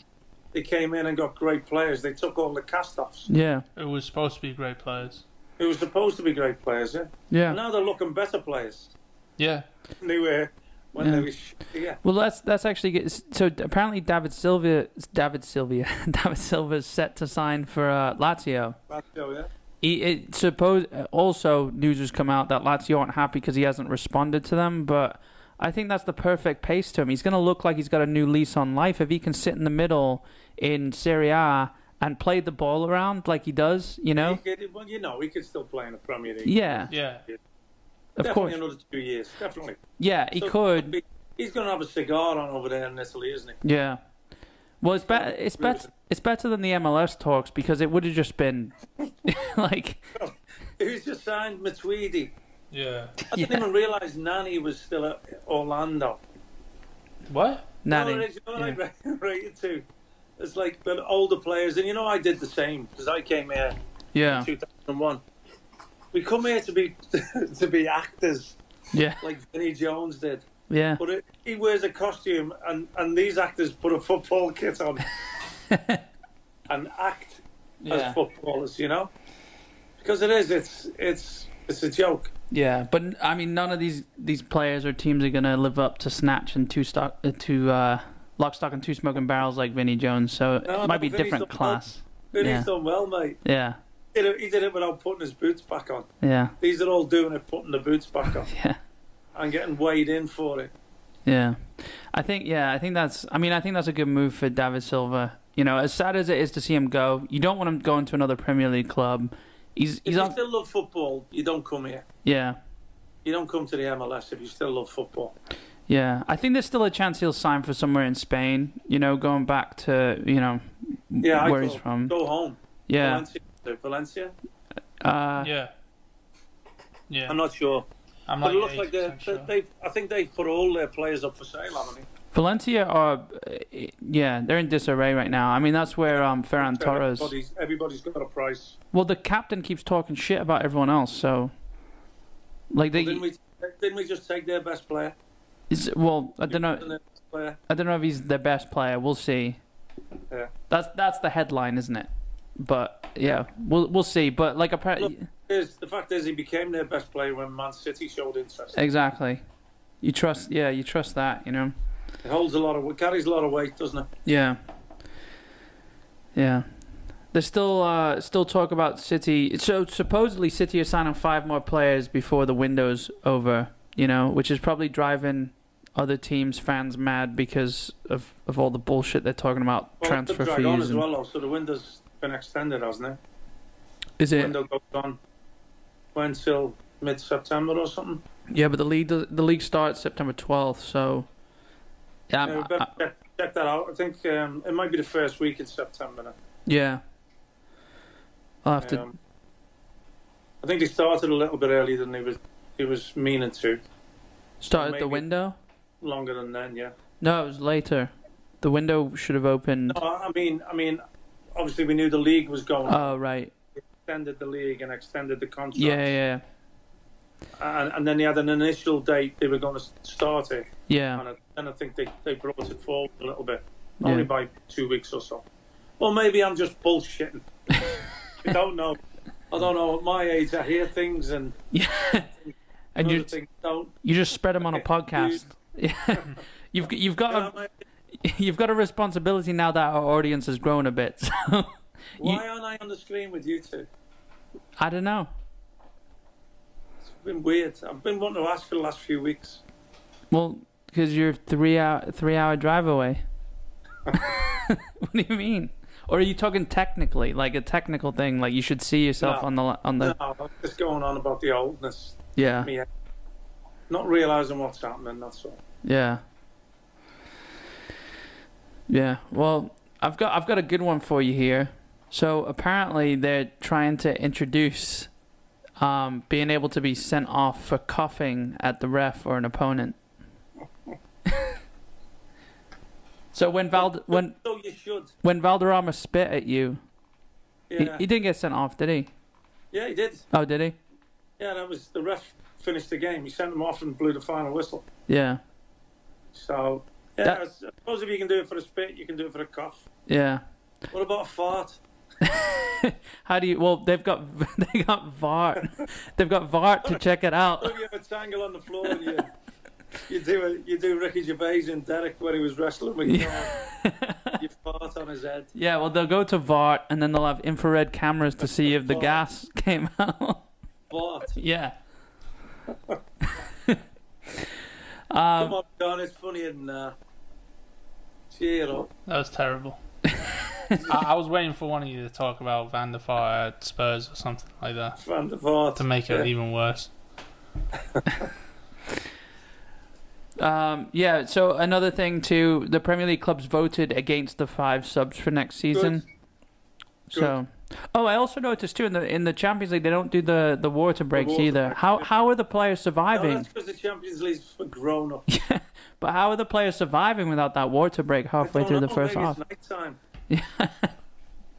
Speaker 3: they came in and got great players, they took all the cast offs.
Speaker 1: Yeah.
Speaker 2: It was supposed to be great players.
Speaker 3: Who were supposed to be great players, yeah?
Speaker 1: Yeah.
Speaker 3: And now they're looking better players
Speaker 2: Yeah.
Speaker 3: than they were when
Speaker 1: Yeah.
Speaker 3: they were shit, yeah.
Speaker 1: Well, that's that's actually good. so. Apparently, David Silva, David Silva, David Silva's set to sign for uh, Lazio.
Speaker 3: That's so, yeah.
Speaker 1: He, it suppose also news has come out that Lazio aren't happy because he hasn't responded to them, but. I think that's the perfect pace to him. He's going to look like he's got a new lease on life if he can sit in the middle in Serie A and play the ball around like he does, you know?
Speaker 3: He could, well, you know, he could still play in the Premier League.
Speaker 1: Yeah,
Speaker 2: Yeah.
Speaker 1: of
Speaker 3: definitely
Speaker 1: course.
Speaker 3: another two years, definitely.
Speaker 1: Yeah, he
Speaker 3: So-
Speaker 1: could.
Speaker 3: He's going to have a cigar on over there in Italy, isn't he?
Speaker 1: Yeah. Well, it's better. It's
Speaker 3: Agree with
Speaker 1: better. It's better than the MLS talks because it would have just been like,
Speaker 3: Who's just signed Matuidi?
Speaker 2: Yeah.
Speaker 3: I didn't
Speaker 1: Yeah.
Speaker 3: even realise Nani was still at Orlando.
Speaker 2: What?
Speaker 1: Nanny.
Speaker 3: No, it's, you know,
Speaker 1: yeah.
Speaker 3: what I rated too. It's like the older players, and you know I did the same because I came here
Speaker 1: yeah,
Speaker 3: in 2001. We come here to be to be actors,
Speaker 1: yeah,
Speaker 3: like Vinnie Jones did.
Speaker 1: yeah,
Speaker 3: But it, he wears a costume, and and these actors put a football kit on and act
Speaker 1: yeah,
Speaker 3: as footballers, you know, because it is. It's it's it's a joke.
Speaker 1: yeah. But I mean, none of these these players or teams are gonna live up to snatch and two stock uh, to uh, lock, stock, and two smoking barrels like Vinny Jones. So
Speaker 3: No,
Speaker 1: it
Speaker 3: but
Speaker 1: might be a
Speaker 3: Vinny's
Speaker 1: different
Speaker 3: the Pope.
Speaker 1: class.
Speaker 3: Vinny's
Speaker 1: Yeah.
Speaker 3: done well, mate.
Speaker 1: Yeah,
Speaker 3: He did it- he did it without putting his boots back on.
Speaker 1: yeah,
Speaker 3: These are all doing it, putting the boots back on
Speaker 1: yeah.
Speaker 3: and getting weighed in for it.
Speaker 1: Yeah, I think yeah, I think that's. I mean, I think that's a good move for David Silva. You know, as sad as it is to see him go, you don't want him going to another Premier League club. He's
Speaker 3: If
Speaker 1: he's
Speaker 3: you
Speaker 1: on.
Speaker 3: still love football, you don't come here.
Speaker 1: Yeah,
Speaker 3: You don't come to the MLS if you still love football.
Speaker 1: yeah. I think there's still a chance he'll sign for somewhere in Spain. You know, going back to you know
Speaker 3: Yeah, I
Speaker 1: where
Speaker 3: go,
Speaker 1: he's from.
Speaker 3: Go home.
Speaker 1: Hmm. Yeah,
Speaker 3: Valencia. Valencia.
Speaker 1: uh,
Speaker 2: Yeah. Yeah.
Speaker 3: I'm not sure,
Speaker 2: I'm
Speaker 3: but
Speaker 2: like,
Speaker 3: it looks like they're,
Speaker 2: 80%
Speaker 3: they
Speaker 2: sure.
Speaker 3: they. I think they've put all their players up for sale, haven't they?
Speaker 1: Valencia are. uh, Yeah, they're in disarray right now. I mean, that's where um Ferran Torres.
Speaker 3: Everybody's, everybody's got a price.
Speaker 1: Well, the captain keeps talking shit about everyone else, so. Like they,
Speaker 3: Well, didn't we? Didn't we just take their best player?
Speaker 1: is- well, I don't know.
Speaker 3: Didn't their best player?
Speaker 1: I don't know if he's the best player. We'll see.
Speaker 3: Yeah.
Speaker 1: That's that's the headline, isn't it? But yeah, we'll we'll see. But like apparently,
Speaker 3: is, the fact is, he became their best player when Man City showed interest.
Speaker 1: Exactly. You trust, yeah, you trust that, you know.
Speaker 3: It holds a lot of, it carries a lot of weight, doesn't it?
Speaker 1: Yeah. Yeah. There's still uh, still talk about City. So supposedly City are signing five more players before the window's over. You know, which is probably driving other teams' fans mad because of, of all the bullshit they're talking about
Speaker 3: Well, it
Speaker 1: transfer
Speaker 3: could drag on
Speaker 1: fees.
Speaker 3: as
Speaker 1: and-
Speaker 3: well, though, so the window's been extended, hasn't it?
Speaker 1: Is it?
Speaker 3: Window goes on when till mid September or something.
Speaker 1: Yeah, but the league does- the league starts September 12th, so yeah, I'm-
Speaker 3: yeah, we better
Speaker 1: I-
Speaker 3: check, check that out. I think um, it might be the first week in September. Now.
Speaker 1: yeah. I'll have to.
Speaker 3: Um, I think they started a little bit earlier than they was he was meaning to.
Speaker 1: Start at the
Speaker 3: maybe-
Speaker 1: window?
Speaker 3: Longer than then, yeah.
Speaker 1: No, it was later. The window should have opened.
Speaker 3: No, I I mean, I mean, obviously we knew the league was going.
Speaker 1: Oh, right.
Speaker 3: extended the league and extended the contract.
Speaker 1: Yeah, yeah,
Speaker 3: And, and then they had an initial date they were going to start it,
Speaker 1: yeah.
Speaker 3: and I- then I think they, they brought it forward a little bit,
Speaker 1: Yeah.
Speaker 3: only by two weeks or so. Or maybe I'm just bullshitting. I don't know. I don't know. At my age, I hear things and
Speaker 1: And
Speaker 3: other
Speaker 1: you
Speaker 3: things don't.
Speaker 1: you just spread them on a
Speaker 3: Okay,
Speaker 1: podcast. Uh, Yeah. you've you've
Speaker 3: You know,
Speaker 1: got
Speaker 3: mate,
Speaker 1: a, you've got a responsibility now that our audience has grown a bit. So
Speaker 3: why aren't I on the screen with you two?
Speaker 1: I don't know.
Speaker 3: It's been weird. I've been wanting to ask for the last few weeks.
Speaker 1: Well, because you're three hour three hour drive away. what do you mean? Or are you talking technically, like a technical thing, like you should see yourself
Speaker 3: No.
Speaker 1: on the li- on the
Speaker 3: No, I'm just going on about the oldness.
Speaker 1: yeah
Speaker 3: Me, not realizing what's happening. That's all.
Speaker 1: yeah yeah. Well, I've got I've got a good one for you here. So apparently they're trying to introduce um, being able to be sent off for coughing at the ref or an opponent. so when Vald when
Speaker 3: So Oh, you should.
Speaker 1: When Valderrama spit at you, he,
Speaker 3: Yeah.
Speaker 1: he didn't get sent off, did he?
Speaker 3: Yeah, he did.
Speaker 1: Oh, did he?
Speaker 3: Yeah, that was the ref finished the game. He sent him off and blew the final whistle.
Speaker 1: Yeah,
Speaker 3: So yeah,
Speaker 1: That-
Speaker 3: I suppose if you can do it for a spit, you can do it for a cough.
Speaker 1: yeah.
Speaker 3: What about a fart?
Speaker 1: How do you? Well, they've got they got Vart, they've got Vart to check it out.
Speaker 3: What if you have a tangle on the floor and you you do a, you do Ricky Gervais and Derek when he was wrestling with you? you fart on his head.
Speaker 1: Yeah, well, they'll go to Vart and then they'll have infrared cameras to see if the gas came out.
Speaker 3: Fart.
Speaker 1: yeah, Um,
Speaker 3: Come on, John, it's funnier than that. Cheer up.
Speaker 2: That was terrible. I, I was waiting for one of you to talk about Van der Vaart at Spurs or something like that
Speaker 3: Van der Vaart.
Speaker 2: to make it
Speaker 3: Yeah.
Speaker 2: even worse.
Speaker 1: um, yeah. So another thing too, the Premier League clubs voted against the five subs for next season. So, oh, I also noticed too in the in the Champions League they don't do the the water breaks
Speaker 3: water
Speaker 1: either.
Speaker 3: breaks,
Speaker 1: How
Speaker 3: yeah.
Speaker 1: how are the players
Speaker 3: No,
Speaker 1: surviving?
Speaker 3: that's because the Champions League's for grown ups.
Speaker 1: but how are the players surviving without that water break halfway through the first
Speaker 3: maybe
Speaker 1: half?
Speaker 3: It's night time.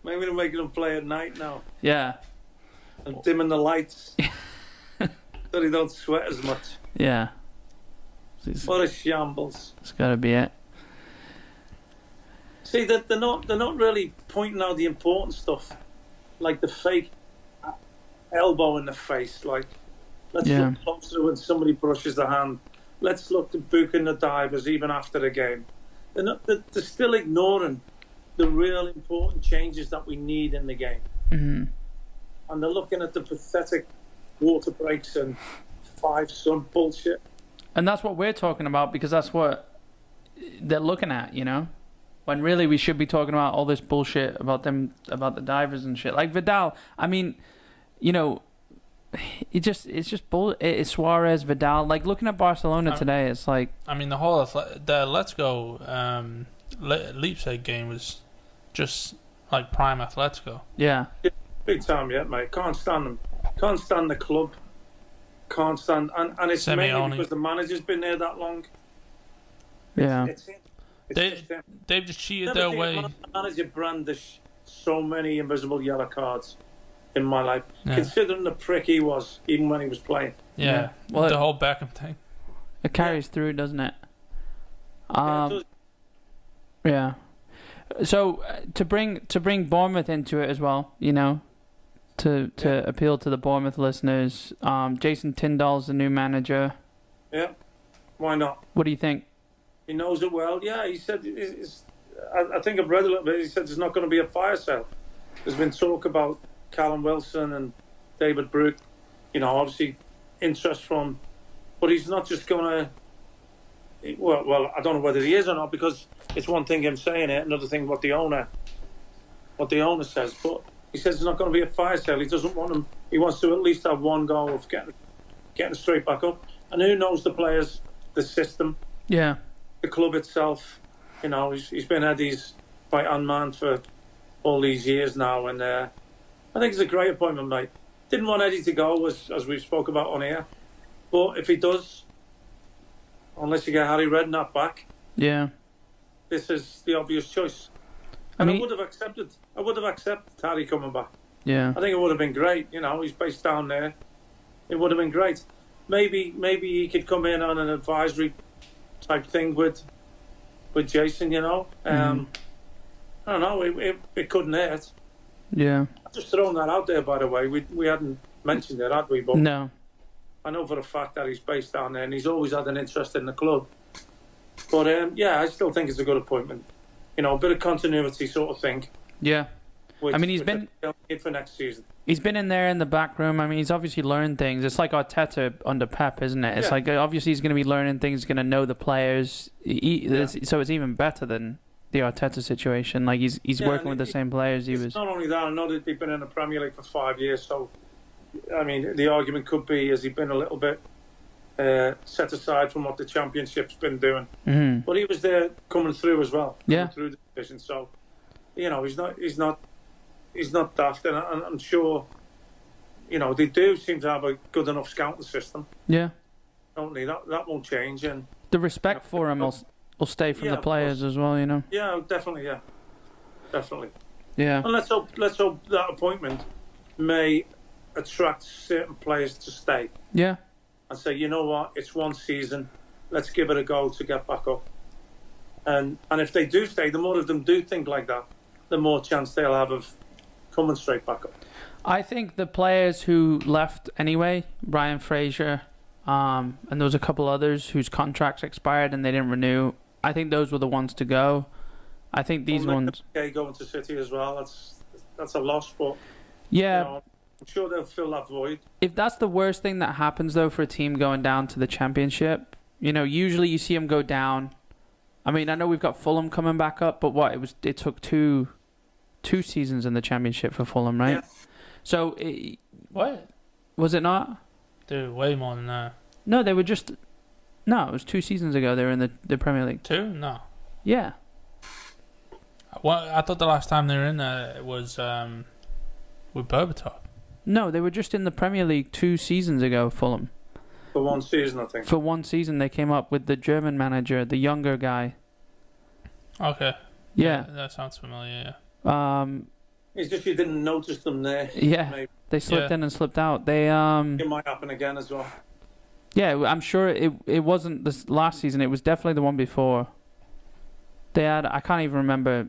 Speaker 3: maybe they're making them play at night now.
Speaker 1: Yeah, Oh.
Speaker 3: and dimming the lights so they don't sweat as much.
Speaker 1: yeah. It's,
Speaker 3: What a shambles!
Speaker 1: it's got to be it.
Speaker 3: See that they're not they're not really pointing out the important stuff, like the fake elbow in the face. Like let's
Speaker 1: Yeah.
Speaker 3: look closer when somebody brushes the hand. Let's look to booking the divers even after the game. They're, not, they're, they're still ignoring the real important changes that we need in the game.
Speaker 1: hmm
Speaker 3: and they're looking at the pathetic water breaks and five sun bullshit.
Speaker 1: And that's what we're talking about because that's what they're looking at, you know. When really we should be talking about all this bullshit about them about the divers and shit. Like Vidal, I mean, you know, it just it's just bull. it- It's Suarez, Vidal. Like looking at Barcelona
Speaker 2: Um,
Speaker 1: today, it's like
Speaker 2: I mean, the whole athle- the Let's Go um, Le- Leipzig game was just like prime Atletico.
Speaker 1: yeah,
Speaker 3: Big time yet, mate. Can't stand them. Can't stand the club. Can't stand and, and it's
Speaker 2: Simeone.
Speaker 3: mainly because the manager's been there that long.
Speaker 1: yeah,
Speaker 3: It's him. It's
Speaker 2: They-
Speaker 3: just him.
Speaker 2: They've just cheated
Speaker 3: Never
Speaker 2: their
Speaker 3: seen
Speaker 2: way.
Speaker 3: a man- manager brandish so many invisible yellow cards in my life.
Speaker 2: Yeah.
Speaker 3: Considering the prick he was, even when he was playing.
Speaker 2: Yeah,
Speaker 1: Yeah. Well,
Speaker 2: the
Speaker 1: it-
Speaker 2: whole Beckham thing.
Speaker 1: it carries through, doesn't it?
Speaker 3: Yeah, it
Speaker 1: Um,
Speaker 3: does-
Speaker 1: yeah. So uh, to bring to bring Bournemouth into it as well, you know, to to appeal to the Bournemouth listeners. Um, Jason Tyndall's the new manager.
Speaker 3: Yeah, why not?
Speaker 1: What do you think?
Speaker 3: He knows it well. Yeah, he said. it- It's, I, I think I've read a little bit. He said there's not going to be a fire sale. There's been talk about Callum Wilson and David Brook. You know, obviously interest from, but he's not just going to. Well, well, I don't know whether he is or not because it's one thing him saying it, another thing what the owner, what the owner says. But he says there's not going to be a fire sale. He doesn't want him. He wants to at least have one goal of getting, getting straight back up. And who knows the players, the system
Speaker 1: Yeah,
Speaker 3: the club itself, you know, he's, he's been at these right hand man for all these years now, and uh, I think it's a great appointment, mate. Didn't want Eddie to go, as, as we spoke about on here, but if he does, unless you get Harry Redknapp back,
Speaker 1: yeah.
Speaker 3: this is the obvious choice.
Speaker 1: I
Speaker 3: And I,
Speaker 1: mean-
Speaker 3: would have accepted. I would have accepted Harry coming back.
Speaker 1: Yeah,
Speaker 3: I think it would have been great. You know, he's based down there. It would have been great. Maybe maybe he could come in on an advisory type thing with with Jason. You know,
Speaker 1: Mm-hmm.
Speaker 3: um, I don't know. It, it, it couldn't hurt.
Speaker 1: yeah.
Speaker 3: I'm just throwing that out there. By the way, we we hadn't mentioned it, had we? But
Speaker 1: No,
Speaker 3: I know for a fact that he's based down there, and he's always had an interest in the club. But um, yeah, I still think it's a good appointment. You know, a bit of continuity sort of thing.
Speaker 1: yeah.
Speaker 3: Which,
Speaker 1: I mean, he's
Speaker 3: which
Speaker 1: been-
Speaker 3: I think for next season.
Speaker 1: He's been in there in the back room. I mean, he's obviously learned things. It's like Arteta under Pep, isn't it? It's
Speaker 3: Yeah.
Speaker 1: like uh, obviously he's going to be learning things. He's going to know the players. He, he- it's- So it's even better than the Arteta situation. Like he's he's
Speaker 3: Yeah,
Speaker 1: working with
Speaker 3: and
Speaker 1: the
Speaker 3: it-
Speaker 1: same players he
Speaker 3: it's
Speaker 1: was.
Speaker 3: not only that, I know that they've been in the Premier League for five years, so I mean, the argument could be has he been a little bit uh, set aside from what the Championship's been doing?
Speaker 1: hmm
Speaker 3: But he was there coming through as well, coming
Speaker 1: Yeah.
Speaker 3: through the division. So you know, he's not, he's not, he's not daft, and I, I'm sure you know they do seem to have a good enough scouting system,
Speaker 1: Yeah,
Speaker 3: don't they? That that won't change, and
Speaker 1: the respect for him will will stay from
Speaker 3: Yeah,
Speaker 1: the
Speaker 3: of course.
Speaker 1: players as well. You know.
Speaker 3: yeah, definitely, yeah, definitely.
Speaker 1: Yeah.
Speaker 3: And let's hope let's hope that appointment may attract certain players to stay
Speaker 1: Yeah.
Speaker 3: and say, you know what, it's one season, let's give it a go to get back up. And and if they do stay, the more of them do think like that, the more chance they'll have of coming straight back up.
Speaker 1: I think the players who left anyway, Brian Fraser, um, and there was a couple others whose contracts expired and they didn't renew. I think those were the ones to go. I think these
Speaker 3: Well,
Speaker 1: ones.
Speaker 3: Okay, going to City as well, that's that's a loss, but
Speaker 1: Yeah,
Speaker 3: you know, I'm sure they'll fill that void.
Speaker 1: if that's the worst thing that happens though for a team going down to the championship, you know, usually you see them go down. I mean, I know we've got Fulham coming back up, but what it was, it took two, two seasons in the championship for Fulham, right? So it,
Speaker 2: What?
Speaker 1: was it not?
Speaker 2: Dude, way more than that.
Speaker 1: No, they were just. No, it was two seasons ago. They were in the, the Premier League.
Speaker 2: Two? No.
Speaker 1: Yeah,
Speaker 2: Well, I thought the last time they were in there it was um, with Berbatov.
Speaker 1: no, they were just in the Premier League two seasons ago. Fulham
Speaker 3: For one season, I think.
Speaker 1: for one season they came up with the German manager, the younger guy.
Speaker 2: Okay.
Speaker 1: Yeah,
Speaker 2: That sounds familiar. Yeah.
Speaker 1: um,
Speaker 3: It's just you didn't notice them there.
Speaker 1: yeah,
Speaker 3: Maybe
Speaker 1: they slipped
Speaker 2: Yeah.
Speaker 1: in and slipped out. They um.
Speaker 3: it might happen again as well.
Speaker 1: Yeah, w- I'm sure it it wasn't this last season. It was definitely the one before. They had I can't even remember.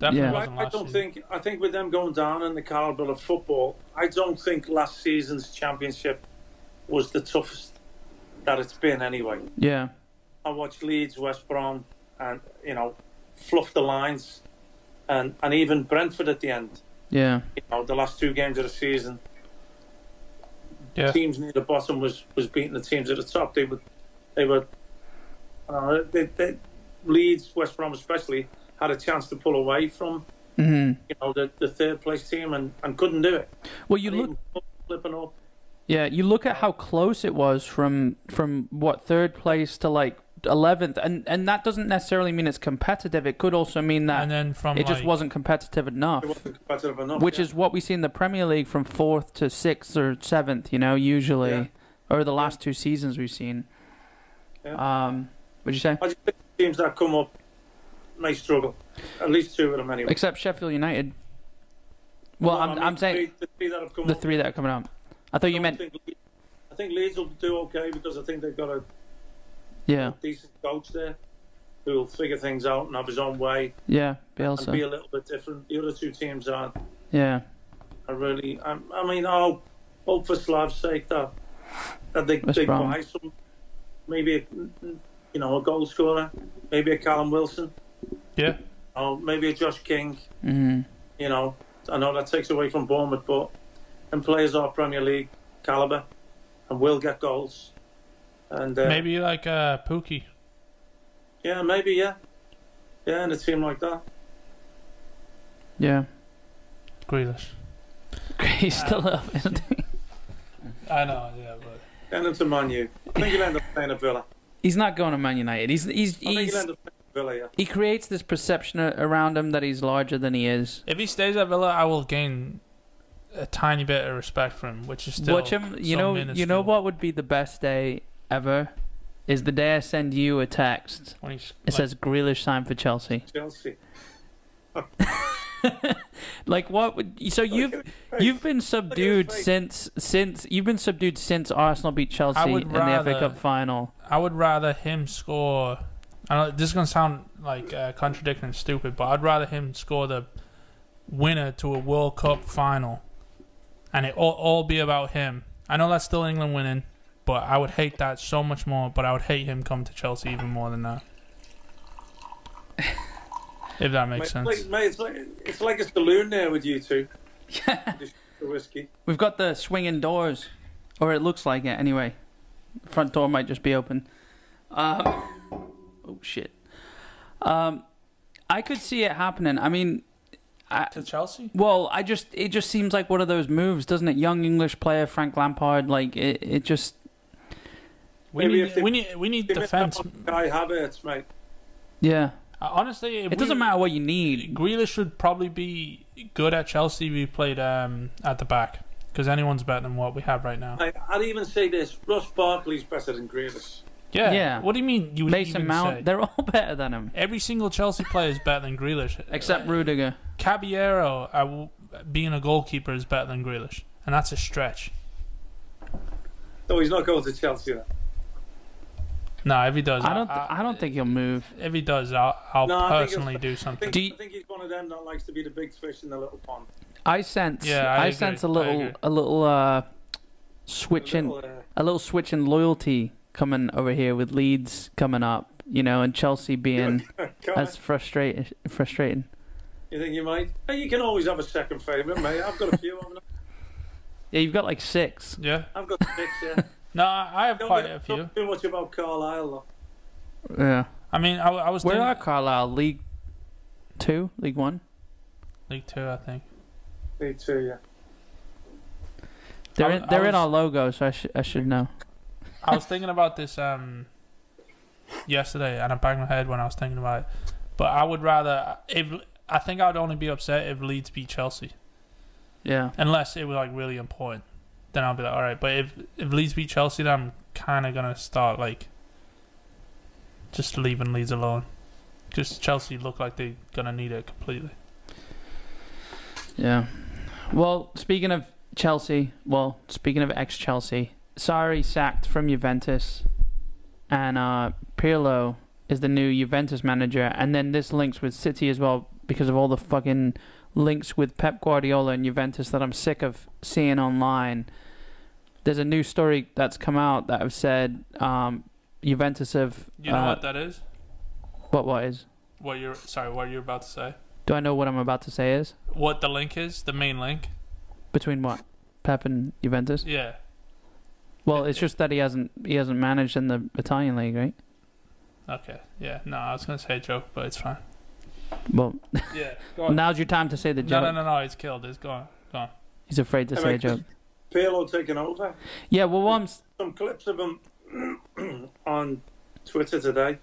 Speaker 2: Definitely
Speaker 1: Yeah.
Speaker 3: Well,
Speaker 2: wasn't
Speaker 3: I, I
Speaker 2: last
Speaker 3: don't
Speaker 2: season.
Speaker 3: think. I think with them going down in the caliber of football, I don't think last season's championship was the toughest that it's been. Anyway,
Speaker 1: Yeah,
Speaker 3: I watched Leeds, West Brom, and you know, fluff the lines, and and even Brentford at the end.
Speaker 1: yeah,
Speaker 3: You know, the last two games of the season,
Speaker 2: Yeah.
Speaker 3: teams near the bottom was was beating the teams at the top. They were, they were, uh, they, they, Leeds, West Brom especially had a chance to pull away from
Speaker 1: hmm
Speaker 3: you know the, the third place team and, and couldn't do it.
Speaker 1: Well, you
Speaker 3: And
Speaker 1: look.
Speaker 3: even flipping up.
Speaker 1: Yeah, you look at how close it was from from what third place to like eleventh, and and that doesn't necessarily mean it's competitive. It could also mean that
Speaker 2: And then from
Speaker 1: it just
Speaker 2: like-
Speaker 1: wasn't competitive enough,
Speaker 3: It wasn't competitive enough.
Speaker 1: which
Speaker 3: yeah.
Speaker 1: is what we see in the Premier League from fourth to sixth or seventh. You know, usually,
Speaker 3: Yeah.
Speaker 1: or the last two seasons we've seen. Um, would you say?
Speaker 3: I just think teams that come up may struggle. At least two of them anyway.
Speaker 1: Except Sheffield United. Well,
Speaker 3: No,
Speaker 1: I'm,
Speaker 3: I mean,
Speaker 1: I'm saying
Speaker 3: the three that have come
Speaker 1: the
Speaker 3: up,
Speaker 1: three that are coming up. I
Speaker 3: I
Speaker 1: thought you
Speaker 3: don't
Speaker 1: meant
Speaker 3: think Le- I think Leeds will do okay because I think they've got a
Speaker 1: yeah,
Speaker 3: decent coach there who will figure things out and have his own way
Speaker 1: yeah,
Speaker 3: and be
Speaker 1: Bielsa,
Speaker 3: a little bit different. The other two teams are
Speaker 1: yeah,
Speaker 3: I really, I, I mean, I hope, hope for Slav's sake that that they,
Speaker 1: West
Speaker 3: they
Speaker 1: Brom.
Speaker 3: buy some, maybe a, you know a goal scorer, maybe a Callum Wilson,
Speaker 2: Yeah.
Speaker 3: or maybe a Josh King.
Speaker 1: Mm-hmm.
Speaker 3: You know, I know that takes away from Bournemouth, but and players are Premier League caliber and will get goals. And uh,
Speaker 2: Maybe like uh, Pookie.
Speaker 3: yeah, maybe yeah, yeah, and a team like that.
Speaker 1: Yeah.
Speaker 2: Grealish.
Speaker 1: He's still up. isn't he?
Speaker 2: I know, yeah, but
Speaker 3: Send him to Man U. I think he'll end up playing at Villa.
Speaker 1: He's not going to Man United. He's he's,
Speaker 3: I think
Speaker 1: he's
Speaker 3: he'll end up playing at Villa. Yeah.
Speaker 1: he creates this perception a- around him that he's larger than he is.
Speaker 2: if he stays at Villa, I will gain a tiny bit of respect for him, which is still
Speaker 1: Watch him. You
Speaker 2: so
Speaker 1: know. You know
Speaker 2: minuscule.
Speaker 1: what would be the best day ever is the day I send you a text.
Speaker 2: When he's,
Speaker 1: It
Speaker 2: like,
Speaker 1: says Grealish signed for Chelsea.
Speaker 3: Chelsea.
Speaker 1: Like what? Would, so you've you've been subdued
Speaker 3: face.
Speaker 1: since since you've been subdued since Arsenal beat Chelsea
Speaker 2: would
Speaker 1: in the FA
Speaker 2: rather-
Speaker 1: Cup final.
Speaker 2: I would rather him score. I know this is gonna sound like uh, contradicting and stupid, but I'd rather him score the winner to a World Cup final, and it all, all be about him. I know that's still England winning, but I would hate that so much more. But I would hate him come to Chelsea even more than that. if that
Speaker 3: Mate,
Speaker 2: makes
Speaker 3: it's like-
Speaker 2: sense.
Speaker 3: mate, it's like it's like a saloon there with you two. Just the whiskey.
Speaker 1: We've got the swinging doors, or it looks like it anyway. Front door might just be open. Um, oh shit. Um, I could see it happening. I mean, I,
Speaker 2: To Chelsea?
Speaker 1: well, I just it just seems like one of those moves, doesn't it? Young English player Frank Lampard, like it, it just
Speaker 2: We
Speaker 3: Maybe
Speaker 2: need,
Speaker 3: if they-
Speaker 2: we need we need
Speaker 3: They missed out
Speaker 2: defense.
Speaker 3: on Kai Havertz, mate.
Speaker 1: yeah.
Speaker 2: Uh, Honestly, if
Speaker 1: It doesn't
Speaker 2: we-
Speaker 1: matter what you need.
Speaker 2: Grealish would probably be good at Chelsea if he played um, at the back because anyone's better than what we have right now.
Speaker 3: I, I'd even say this: Ross Barkley's better than Grealish.
Speaker 2: Yeah.
Speaker 1: Yeah.
Speaker 2: What do you mean? You would
Speaker 1: Mason
Speaker 2: even
Speaker 1: Mount,
Speaker 2: say?
Speaker 1: they're all better than him
Speaker 2: Every single Chelsea player is better than Grealish.
Speaker 1: except Rudiger.
Speaker 2: Caballero, uh, w- being a goalkeeper, is better than Grealish, and that's a stretch.
Speaker 3: No, he's not going to Chelsea. Then.
Speaker 2: No, if he does,
Speaker 1: I don't I don't think he'll move.
Speaker 2: If he does, I'll, I'll
Speaker 3: No, I think
Speaker 2: personally do
Speaker 3: I think,
Speaker 2: something.
Speaker 1: Do you-
Speaker 3: I think he's one of them that likes to be the big fish in the little pond.
Speaker 1: I sense
Speaker 2: Yeah, I
Speaker 1: I,
Speaker 2: agree.
Speaker 1: sense a
Speaker 2: I
Speaker 1: little
Speaker 2: agree.
Speaker 1: a little uh
Speaker 3: The
Speaker 1: switch in
Speaker 3: little, uh,
Speaker 1: a little switch in loyalty coming over here with Leeds coming up, you know, and Chelsea being
Speaker 3: Kai,
Speaker 1: as frustrating. Frustrating.
Speaker 3: uh, you think you might? Hey, you can always have a second favourite, mate. I've got a few. haven't I?
Speaker 1: Yeah, you've got like six.
Speaker 2: Yeah.
Speaker 3: I've got six. Yeah.
Speaker 2: No, I I have
Speaker 3: Don't
Speaker 2: quite
Speaker 3: get-
Speaker 2: a
Speaker 3: Don't
Speaker 2: few.
Speaker 3: too much about Carlisle. Though.
Speaker 1: Yeah.
Speaker 2: I mean, I, I was
Speaker 1: Where
Speaker 2: thinking
Speaker 1: are Carlisle? League two, League one.
Speaker 2: League Two, I think.
Speaker 3: Me too. Yeah.
Speaker 1: They're
Speaker 2: I-
Speaker 1: in,
Speaker 2: I
Speaker 1: they're in
Speaker 2: was-
Speaker 1: our logo, so I should I should know.
Speaker 2: I was thinking about this um yesterday, and I banged my head when I was thinking about it. But I would rather if I think I would only be upset if Leeds beat Chelsea,
Speaker 1: Yeah.
Speaker 2: unless it was like really important. Then I'll be like, all right. But if if Leeds beat Chelsea, then I'm kind of gonna start like just leaving Leeds alone. Because Chelsea look like they're gonna need it completely.
Speaker 1: Yeah. Well, speaking of Chelsea, well, speaking of ex Chelsea, Sari sacked from Juventus, and uh, Pirlo is the new Juventus manager. And then this links with City as well because of all the fucking links with Pep Guardiola and Juventus that I'm sick of seeing online. There's a new story that's come out that have said um, Juventus have. uh,
Speaker 2: that is?
Speaker 1: What, what is?
Speaker 2: What you're sorry, what you're about to say?
Speaker 1: Do I know what I'm about to say is?
Speaker 2: What the link is? The main link?
Speaker 1: Between what? Pep and Juventus?
Speaker 2: Yeah.
Speaker 1: Well, it's just that he hasn't he hasn't managed in the Italian league, right?
Speaker 2: Okay. Yeah. No, I was gonna say a joke, but it's fine.
Speaker 1: Well,
Speaker 2: Yeah. Go on.
Speaker 1: now's your time to say the
Speaker 2: No,
Speaker 1: joke.
Speaker 2: no, no, no. It's killed. It's gone. Gone.
Speaker 1: He's afraid to
Speaker 3: Hey,
Speaker 1: say a
Speaker 3: mate,
Speaker 1: joke.
Speaker 3: Pirlo taking over.
Speaker 1: Yeah, well, one
Speaker 3: some clips of him on Twitter today,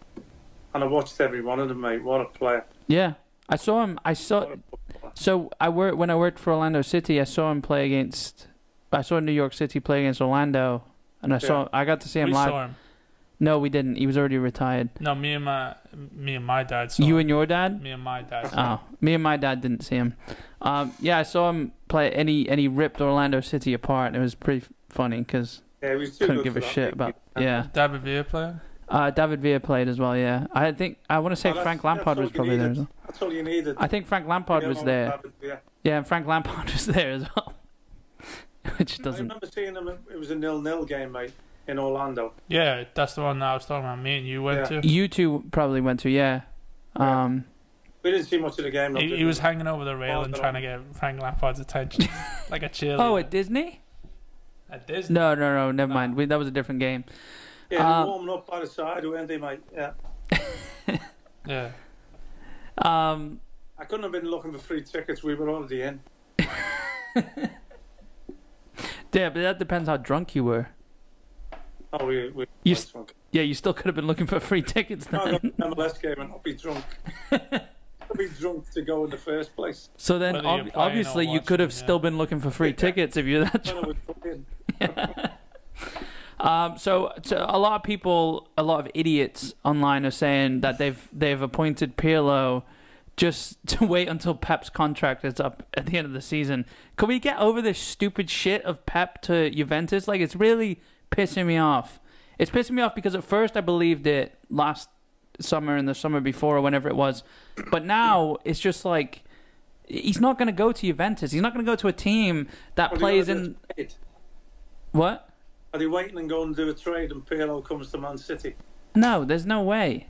Speaker 3: and I watched every one of them, mate. What a player!
Speaker 1: yeah, I saw him. I saw.
Speaker 3: What a footballer.
Speaker 1: So I worked when I worked for Orlando City. I saw him play against. I saw New York City play against Orlando, and I saw. I got to see him
Speaker 2: we
Speaker 1: live.
Speaker 2: saw him.
Speaker 1: No, we didn't. He was already retired.
Speaker 2: No, me and my me and my dad saw
Speaker 1: you
Speaker 2: him.
Speaker 1: and your dad?
Speaker 2: me and my dad. Saw him.
Speaker 1: Oh, me and my dad didn't see him. Um, yeah, I saw him play, and he and he ripped Orlando City apart, and it was pretty f- funny because
Speaker 3: Yeah, he was too
Speaker 1: couldn't
Speaker 3: good
Speaker 1: give
Speaker 3: for
Speaker 1: a
Speaker 3: that.
Speaker 1: shit about. Yeah.
Speaker 2: David Villa playing.
Speaker 1: Uh, David Villa played as well. Yeah, I think I want to say
Speaker 3: Oh, that's-
Speaker 1: Frank
Speaker 3: that's
Speaker 1: Lampard
Speaker 3: all
Speaker 1: was
Speaker 3: you
Speaker 1: probably there.
Speaker 3: needed.
Speaker 1: As well.
Speaker 3: That's all you needed.
Speaker 1: I think Frank Lampard
Speaker 3: Yeah,
Speaker 1: was
Speaker 3: well,
Speaker 1: there.
Speaker 3: David, yeah.
Speaker 1: Yeah, and Frank Lampard was there as well, which doesn't.
Speaker 3: I remember seeing him. It was a nil-nil game, mate, in Orlando.
Speaker 2: Yeah, that's the one that I was talking about. Me and you went
Speaker 3: Yeah.
Speaker 2: to.
Speaker 1: You two probably went to, yeah.
Speaker 3: Yeah.
Speaker 1: Um,
Speaker 3: We didn't see much of the game. though,
Speaker 2: He,
Speaker 3: did
Speaker 2: he
Speaker 3: we?
Speaker 2: was hanging over the rail
Speaker 3: Oh,
Speaker 2: and
Speaker 3: no.
Speaker 2: trying to get Frank Lampard's attention, like a cheerleader.
Speaker 1: oh, at Disney?
Speaker 2: at Disney.
Speaker 1: No, no, no. Never mind. We, that was a different game.
Speaker 3: yeah, they were
Speaker 1: um,
Speaker 3: warming up by the side, weren't they, mate? Yeah,
Speaker 2: Yeah,
Speaker 1: Um,
Speaker 3: I couldn't have been looking for free tickets. We were already in.
Speaker 1: yeah, but that depends how drunk you were.
Speaker 3: Oh, we, we
Speaker 1: You
Speaker 3: were
Speaker 1: s-
Speaker 3: drunk.
Speaker 1: Yeah, you still could have been looking for free tickets
Speaker 3: No, I
Speaker 1: then.
Speaker 3: got an MLS game and not be drunk. I'd be drunk to go in the first place.
Speaker 1: So then,
Speaker 2: Whether you're
Speaker 1: ob-
Speaker 2: playing or
Speaker 1: obviously, you could have
Speaker 2: watching, yeah.
Speaker 1: still been looking for free
Speaker 3: Yeah.
Speaker 1: tickets if you're that
Speaker 3: Then I
Speaker 1: drunk.
Speaker 3: was fucking-
Speaker 1: Um, so, so a lot of people, a lot of idiots online are saying that they've they've appointed Pirlo just to wait until Pep's contract is up at the end of the season. Can we get over this stupid shit of Pep to Juventus? Like, it's really pissing me off. It's pissing me off because at first I believed it last summer and the summer before or whenever it was, but now it's just like he's not going to go to Juventus. He's not going to go to a team that
Speaker 3: Well, they
Speaker 1: plays
Speaker 3: wanna do
Speaker 1: in
Speaker 3: a trade.
Speaker 1: what?
Speaker 3: Are they waiting and going to do a trade and Pirlo comes to Man City?
Speaker 1: No, there's no way.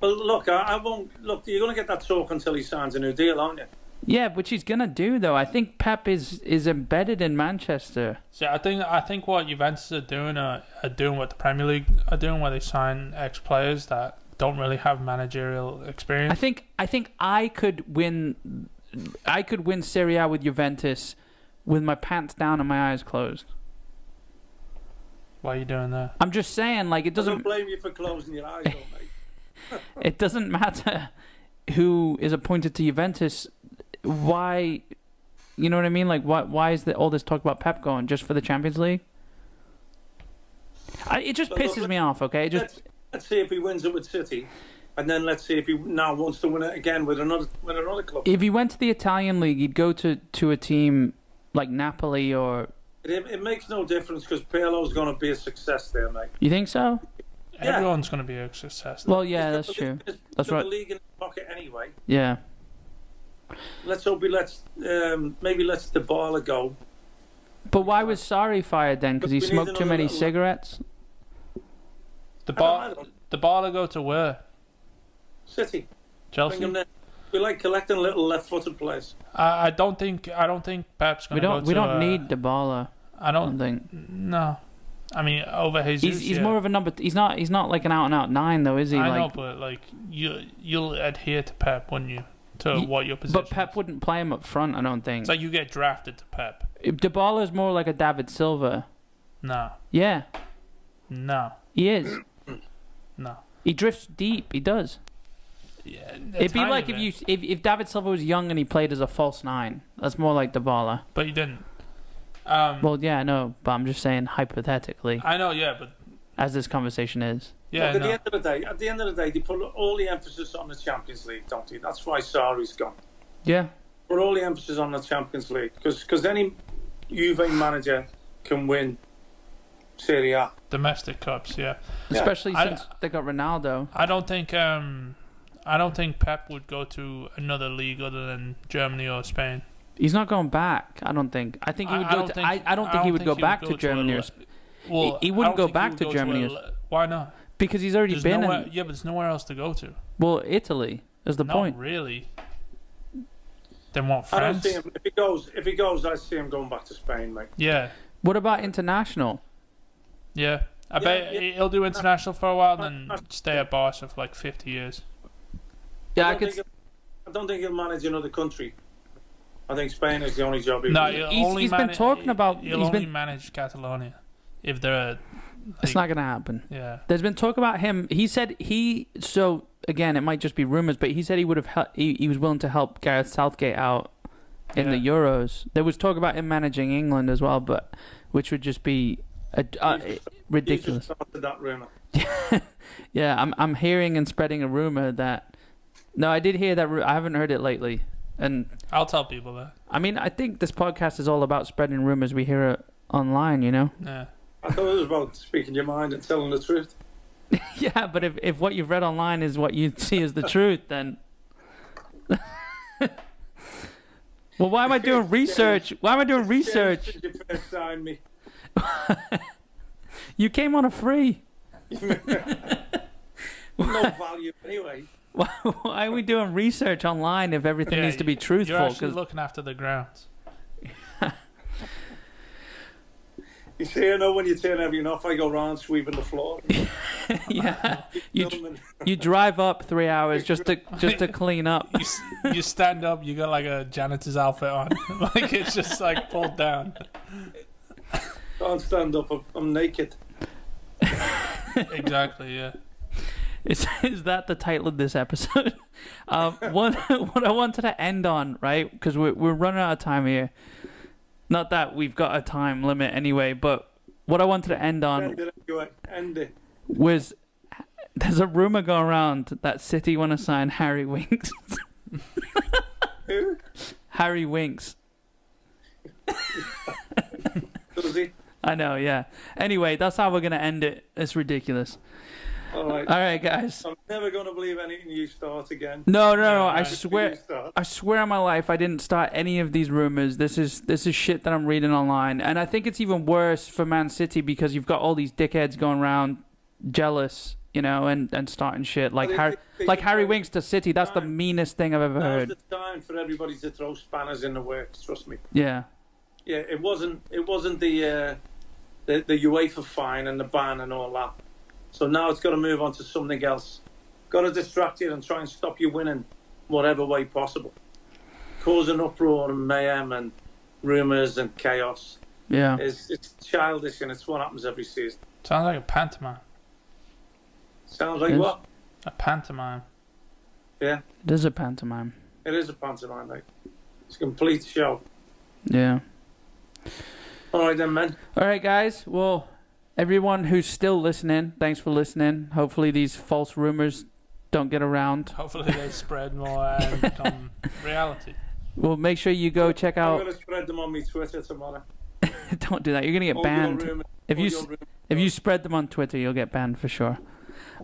Speaker 3: Well, look, I, I won't. Look, you're going to get that talk until he signs a new deal, aren't you?
Speaker 1: Yeah, which he's gonna do though. I think Pep is is embedded in Manchester.
Speaker 2: so I think I think what Juventus are doing are, are doing what the Premier League are doing, where they sign ex players that don't really have managerial
Speaker 1: I
Speaker 2: experience.
Speaker 1: think I think I could win. I could win Serie A with Juventus, with my pants down and my eyes closed.
Speaker 2: Why are you doing that?
Speaker 1: I'm just saying, like it
Speaker 3: I don't
Speaker 1: doesn't
Speaker 3: blame you for closing your eyes, though, mate.
Speaker 1: it doesn't matter who is appointed to Juventus. Why, you know what I mean? Like why why is the, all this talk about Pep going just for the Champions League? I, it just
Speaker 3: But look,
Speaker 1: pisses me off. Okay, it just
Speaker 3: let's, let's see if he wins it with City, and then let's see if he now wants to win it again with another with another club.
Speaker 1: if he went to the Italian league, he'd go to to a team like Napoli or
Speaker 3: It, it makes no difference because Pirlo's going to be a success there, mate.
Speaker 1: You think so?
Speaker 3: Yeah.
Speaker 2: Everyone's going to be a success.
Speaker 1: Well, yeah,
Speaker 3: He's
Speaker 1: that's
Speaker 3: got-
Speaker 1: true.
Speaker 3: he's
Speaker 1: That's
Speaker 3: got
Speaker 1: right.
Speaker 3: The league in his pocket anyway.
Speaker 1: Yeah,
Speaker 3: Let's hope he lets um, maybe lets the ball go.
Speaker 1: but why was Sari fired then? Because
Speaker 3: But
Speaker 1: he
Speaker 3: we need
Speaker 1: smoked too
Speaker 3: another
Speaker 1: many
Speaker 3: little-
Speaker 1: cigarettes.
Speaker 2: the
Speaker 3: I don't- I
Speaker 2: bar,
Speaker 3: don't-
Speaker 2: the bar go to where?
Speaker 3: City, bring him
Speaker 2: Chelsea.
Speaker 3: there. We like collecting little left-footed players.
Speaker 2: I, I don't think I don't think Pep's going
Speaker 1: We
Speaker 2: to go
Speaker 1: don't.
Speaker 2: to.
Speaker 1: We don't
Speaker 2: uh,
Speaker 1: need Dybala.
Speaker 2: I
Speaker 1: I don't
Speaker 2: don't.
Speaker 1: think
Speaker 2: No, I mean over Jesus.
Speaker 1: he's he's
Speaker 2: yeah.
Speaker 1: more of a number. He's not. He's not like an out and out nine though, is he?
Speaker 2: I
Speaker 1: like,
Speaker 2: know, but like you, you'll adhere to Pep, wouldn't you? To
Speaker 1: Ye-
Speaker 2: what your position.
Speaker 1: but Pep wouldn't play him up front. I don't think.
Speaker 2: It's like you get drafted to Pep.
Speaker 1: Dybala's more like a David Silva.
Speaker 2: No,
Speaker 1: Yeah,
Speaker 2: no,
Speaker 1: he is.
Speaker 2: no.
Speaker 1: He drifts deep. He does.
Speaker 2: Yeah,
Speaker 1: It'd be like if you if, if David Silva was young and he played as a false nine. That's more like Dybala.
Speaker 2: But you didn't. Um,
Speaker 1: Well, yeah, I know, but I'm just saying hypothetically,
Speaker 2: I know. Yeah, but
Speaker 1: as this conversation is.
Speaker 2: yeah,
Speaker 3: Look, at
Speaker 2: no.
Speaker 3: the end of the day, at the end of the day, they put all the emphasis on the Champions League, don't they? That's why Sarri's gone.
Speaker 1: Yeah.
Speaker 3: Put all the emphasis on the Champions League because any Juve manager can win Serie A.
Speaker 2: domestic cups. Yeah,
Speaker 3: Yeah.
Speaker 1: Especially
Speaker 2: I-
Speaker 1: since they got Ronaldo.
Speaker 2: I don't think. Um, I don't think Pep would go to another league other than Germany or Spain.
Speaker 1: He's not going back. I don't think. I think he would
Speaker 2: I, I
Speaker 1: go.
Speaker 2: don't
Speaker 1: to,
Speaker 2: think,
Speaker 1: I, I don't think he would go back to,
Speaker 2: go
Speaker 1: Germany
Speaker 2: a
Speaker 1: or
Speaker 2: le-
Speaker 1: Sp-
Speaker 2: well,
Speaker 1: He- he
Speaker 2: I
Speaker 1: wouldn't go
Speaker 2: don't think
Speaker 1: back
Speaker 2: would
Speaker 1: to
Speaker 2: go
Speaker 1: Germany
Speaker 2: a
Speaker 1: or-
Speaker 2: le- Why not?
Speaker 1: because he's already
Speaker 2: There's
Speaker 1: been
Speaker 2: nowhere,
Speaker 1: in
Speaker 2: yeah, but there's nowhere else to go to.
Speaker 1: well Italy. Is the
Speaker 2: Not
Speaker 1: point?
Speaker 2: really. Then what?
Speaker 3: I don't
Speaker 2: France?
Speaker 3: see him. If he goes, if he goes, I see him going back to Spain, mate.
Speaker 2: Yeah,
Speaker 1: What about international?
Speaker 2: yeah. I
Speaker 3: Yeah,
Speaker 2: bet
Speaker 3: yeah.
Speaker 2: he'll do international for a while, then
Speaker 3: Uh, uh,
Speaker 2: stay at Barca for like 50 years.
Speaker 1: Yeah, I,
Speaker 3: don't
Speaker 1: could.
Speaker 3: think he'll- I don't think he'll manage another country. I think Spain is the only job he
Speaker 2: No,
Speaker 3: will.
Speaker 2: he'll
Speaker 1: he's-
Speaker 2: only
Speaker 1: he's been
Speaker 2: mana-
Speaker 1: talking about-
Speaker 2: He'll
Speaker 1: he's
Speaker 2: only
Speaker 1: been-
Speaker 2: manage Catalonia if they're. A,
Speaker 1: it's not going to happen.
Speaker 2: Yeah,
Speaker 1: There's been talk about him. He said he so again. It might just be rumors, but he said he would have. hel- He, he was willing to help Gareth Southgate out in the
Speaker 2: Yeah.
Speaker 1: Euros. There was talk about him managing England as well, but which would just be a, uh,
Speaker 3: He's just-
Speaker 1: ridiculous.
Speaker 3: He just started that rumor.
Speaker 1: Yeah, I'm I'm hearing and spreading a rumor that no, I did hear that. Ru- I haven't heard it lately, and
Speaker 2: I'll tell people that.
Speaker 1: I mean, I think this podcast is all about spreading rumors we hear it online. You know?
Speaker 2: Yeah.
Speaker 3: I thought it was about speaking your mind and telling the truth.
Speaker 1: yeah, but if if what you've read online is what you see as the truth, then Well, why am I doing research? Why am I doing research?
Speaker 3: You first signed me.
Speaker 1: You came on a free.
Speaker 3: No value anyway.
Speaker 1: Why, why are we doing research online if everything
Speaker 2: Yeah,
Speaker 1: needs to be
Speaker 2: you-
Speaker 1: truthful?
Speaker 2: You're actually
Speaker 1: 'Cause-
Speaker 2: looking after the grounds.
Speaker 3: You see, I know when you turn everything off, I go round sweeping the floor.
Speaker 1: yeah, you dr-
Speaker 3: Filming.
Speaker 1: you drive up three hours just to just to clean up.
Speaker 2: You, s- you stand up, you got like a janitor's outfit on, like it's just like pulled down.
Speaker 3: Can't stand up. I'm, I'm naked.
Speaker 2: Exactly. Yeah.
Speaker 1: Is, is that the title of this episode? Um, what what I wanted to end on, right? Because we're we're running out of time here. Not that we've got a time limit anyway, but what I wanted to end on
Speaker 3: End it anyway. End it.
Speaker 1: was there's a rumor going around that City want to sign Harry Winks.
Speaker 3: Who?
Speaker 1: Harry Winks.
Speaker 3: Does he?
Speaker 1: I know, yeah. Anyway, that's how we're gonna end it. It's ridiculous.
Speaker 3: All right.
Speaker 1: All right, guys.
Speaker 3: I'm never going to believe anything you start again.
Speaker 1: No, no, no. I
Speaker 2: Yeah,
Speaker 1: swear.
Speaker 3: You start.
Speaker 1: I swear on my life, I didn't start any of these rumors. This is this is shit that I'm reading online, and I think it's even worse for Man City because you've got all these dickheads going around jealous, you know, and, and starting shit like
Speaker 3: Well,
Speaker 1: Harry,
Speaker 3: it's- it's-
Speaker 1: like Harry Winks to City. That's the
Speaker 3: Time.
Speaker 1: meanest thing I've ever
Speaker 3: Now's
Speaker 1: heard.
Speaker 3: the time for everybody to throw spanners in the works. Trust me.
Speaker 1: Yeah,
Speaker 3: Yeah, it wasn't. It wasn't the uh, the, the UEFA fine and the ban and all that. So now it's got to move on to something else. Got to distract you and try and stop you winning, whatever way possible. Cause an uproar and mayhem and rumours and chaos.
Speaker 1: yeah.
Speaker 3: It's, it's childish and it's what happens every season.
Speaker 2: Sounds like a pantomime.
Speaker 3: Sounds like
Speaker 1: Yes.
Speaker 3: what?
Speaker 2: A pantomime.
Speaker 3: Yeah,
Speaker 1: It is a pantomime.
Speaker 3: it is a pantomime. Like. It's a complete show.
Speaker 1: Yeah.
Speaker 3: All right then, men.
Speaker 1: All right, guys. Well, everyone who's still listening, thanks for listening. Hopefully, these false rumors don't get around.
Speaker 2: Hopefully they spread more and become reality.
Speaker 1: Well, make sure you go check
Speaker 3: I'm
Speaker 1: out.
Speaker 3: going to spread them on my Twitter tomorrow.
Speaker 1: Don't do that. You're gonna get
Speaker 3: All
Speaker 1: banned.
Speaker 3: your rumours,
Speaker 1: If
Speaker 3: all
Speaker 1: you
Speaker 3: your
Speaker 1: s-
Speaker 3: rumours.
Speaker 1: If you spread them on Twitter, you'll get banned for sure.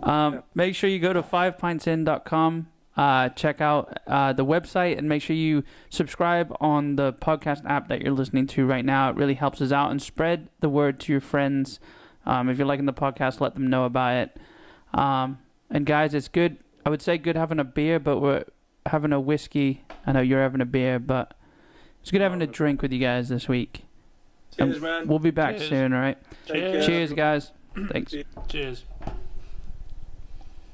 Speaker 1: Um,
Speaker 3: Yeah.
Speaker 1: Make sure you go to fivepintsin.com, uh, check out uh, the website, and make sure you subscribe on the podcast app that you're listening to right now. It really helps us out and spread the word to your friends. Um, if you're liking the podcast, let them know about it. Um, and guys, it's good. I would say good having a beer, but we're having a whiskey. I know you're having a beer, but it's good having a drink with you guys this week.
Speaker 3: Cheers, man.
Speaker 1: um, We'll be back
Speaker 2: Cheers.
Speaker 1: soon, all right?
Speaker 3: Take care.
Speaker 1: Cheers, guys. Thanks.
Speaker 2: Cheers.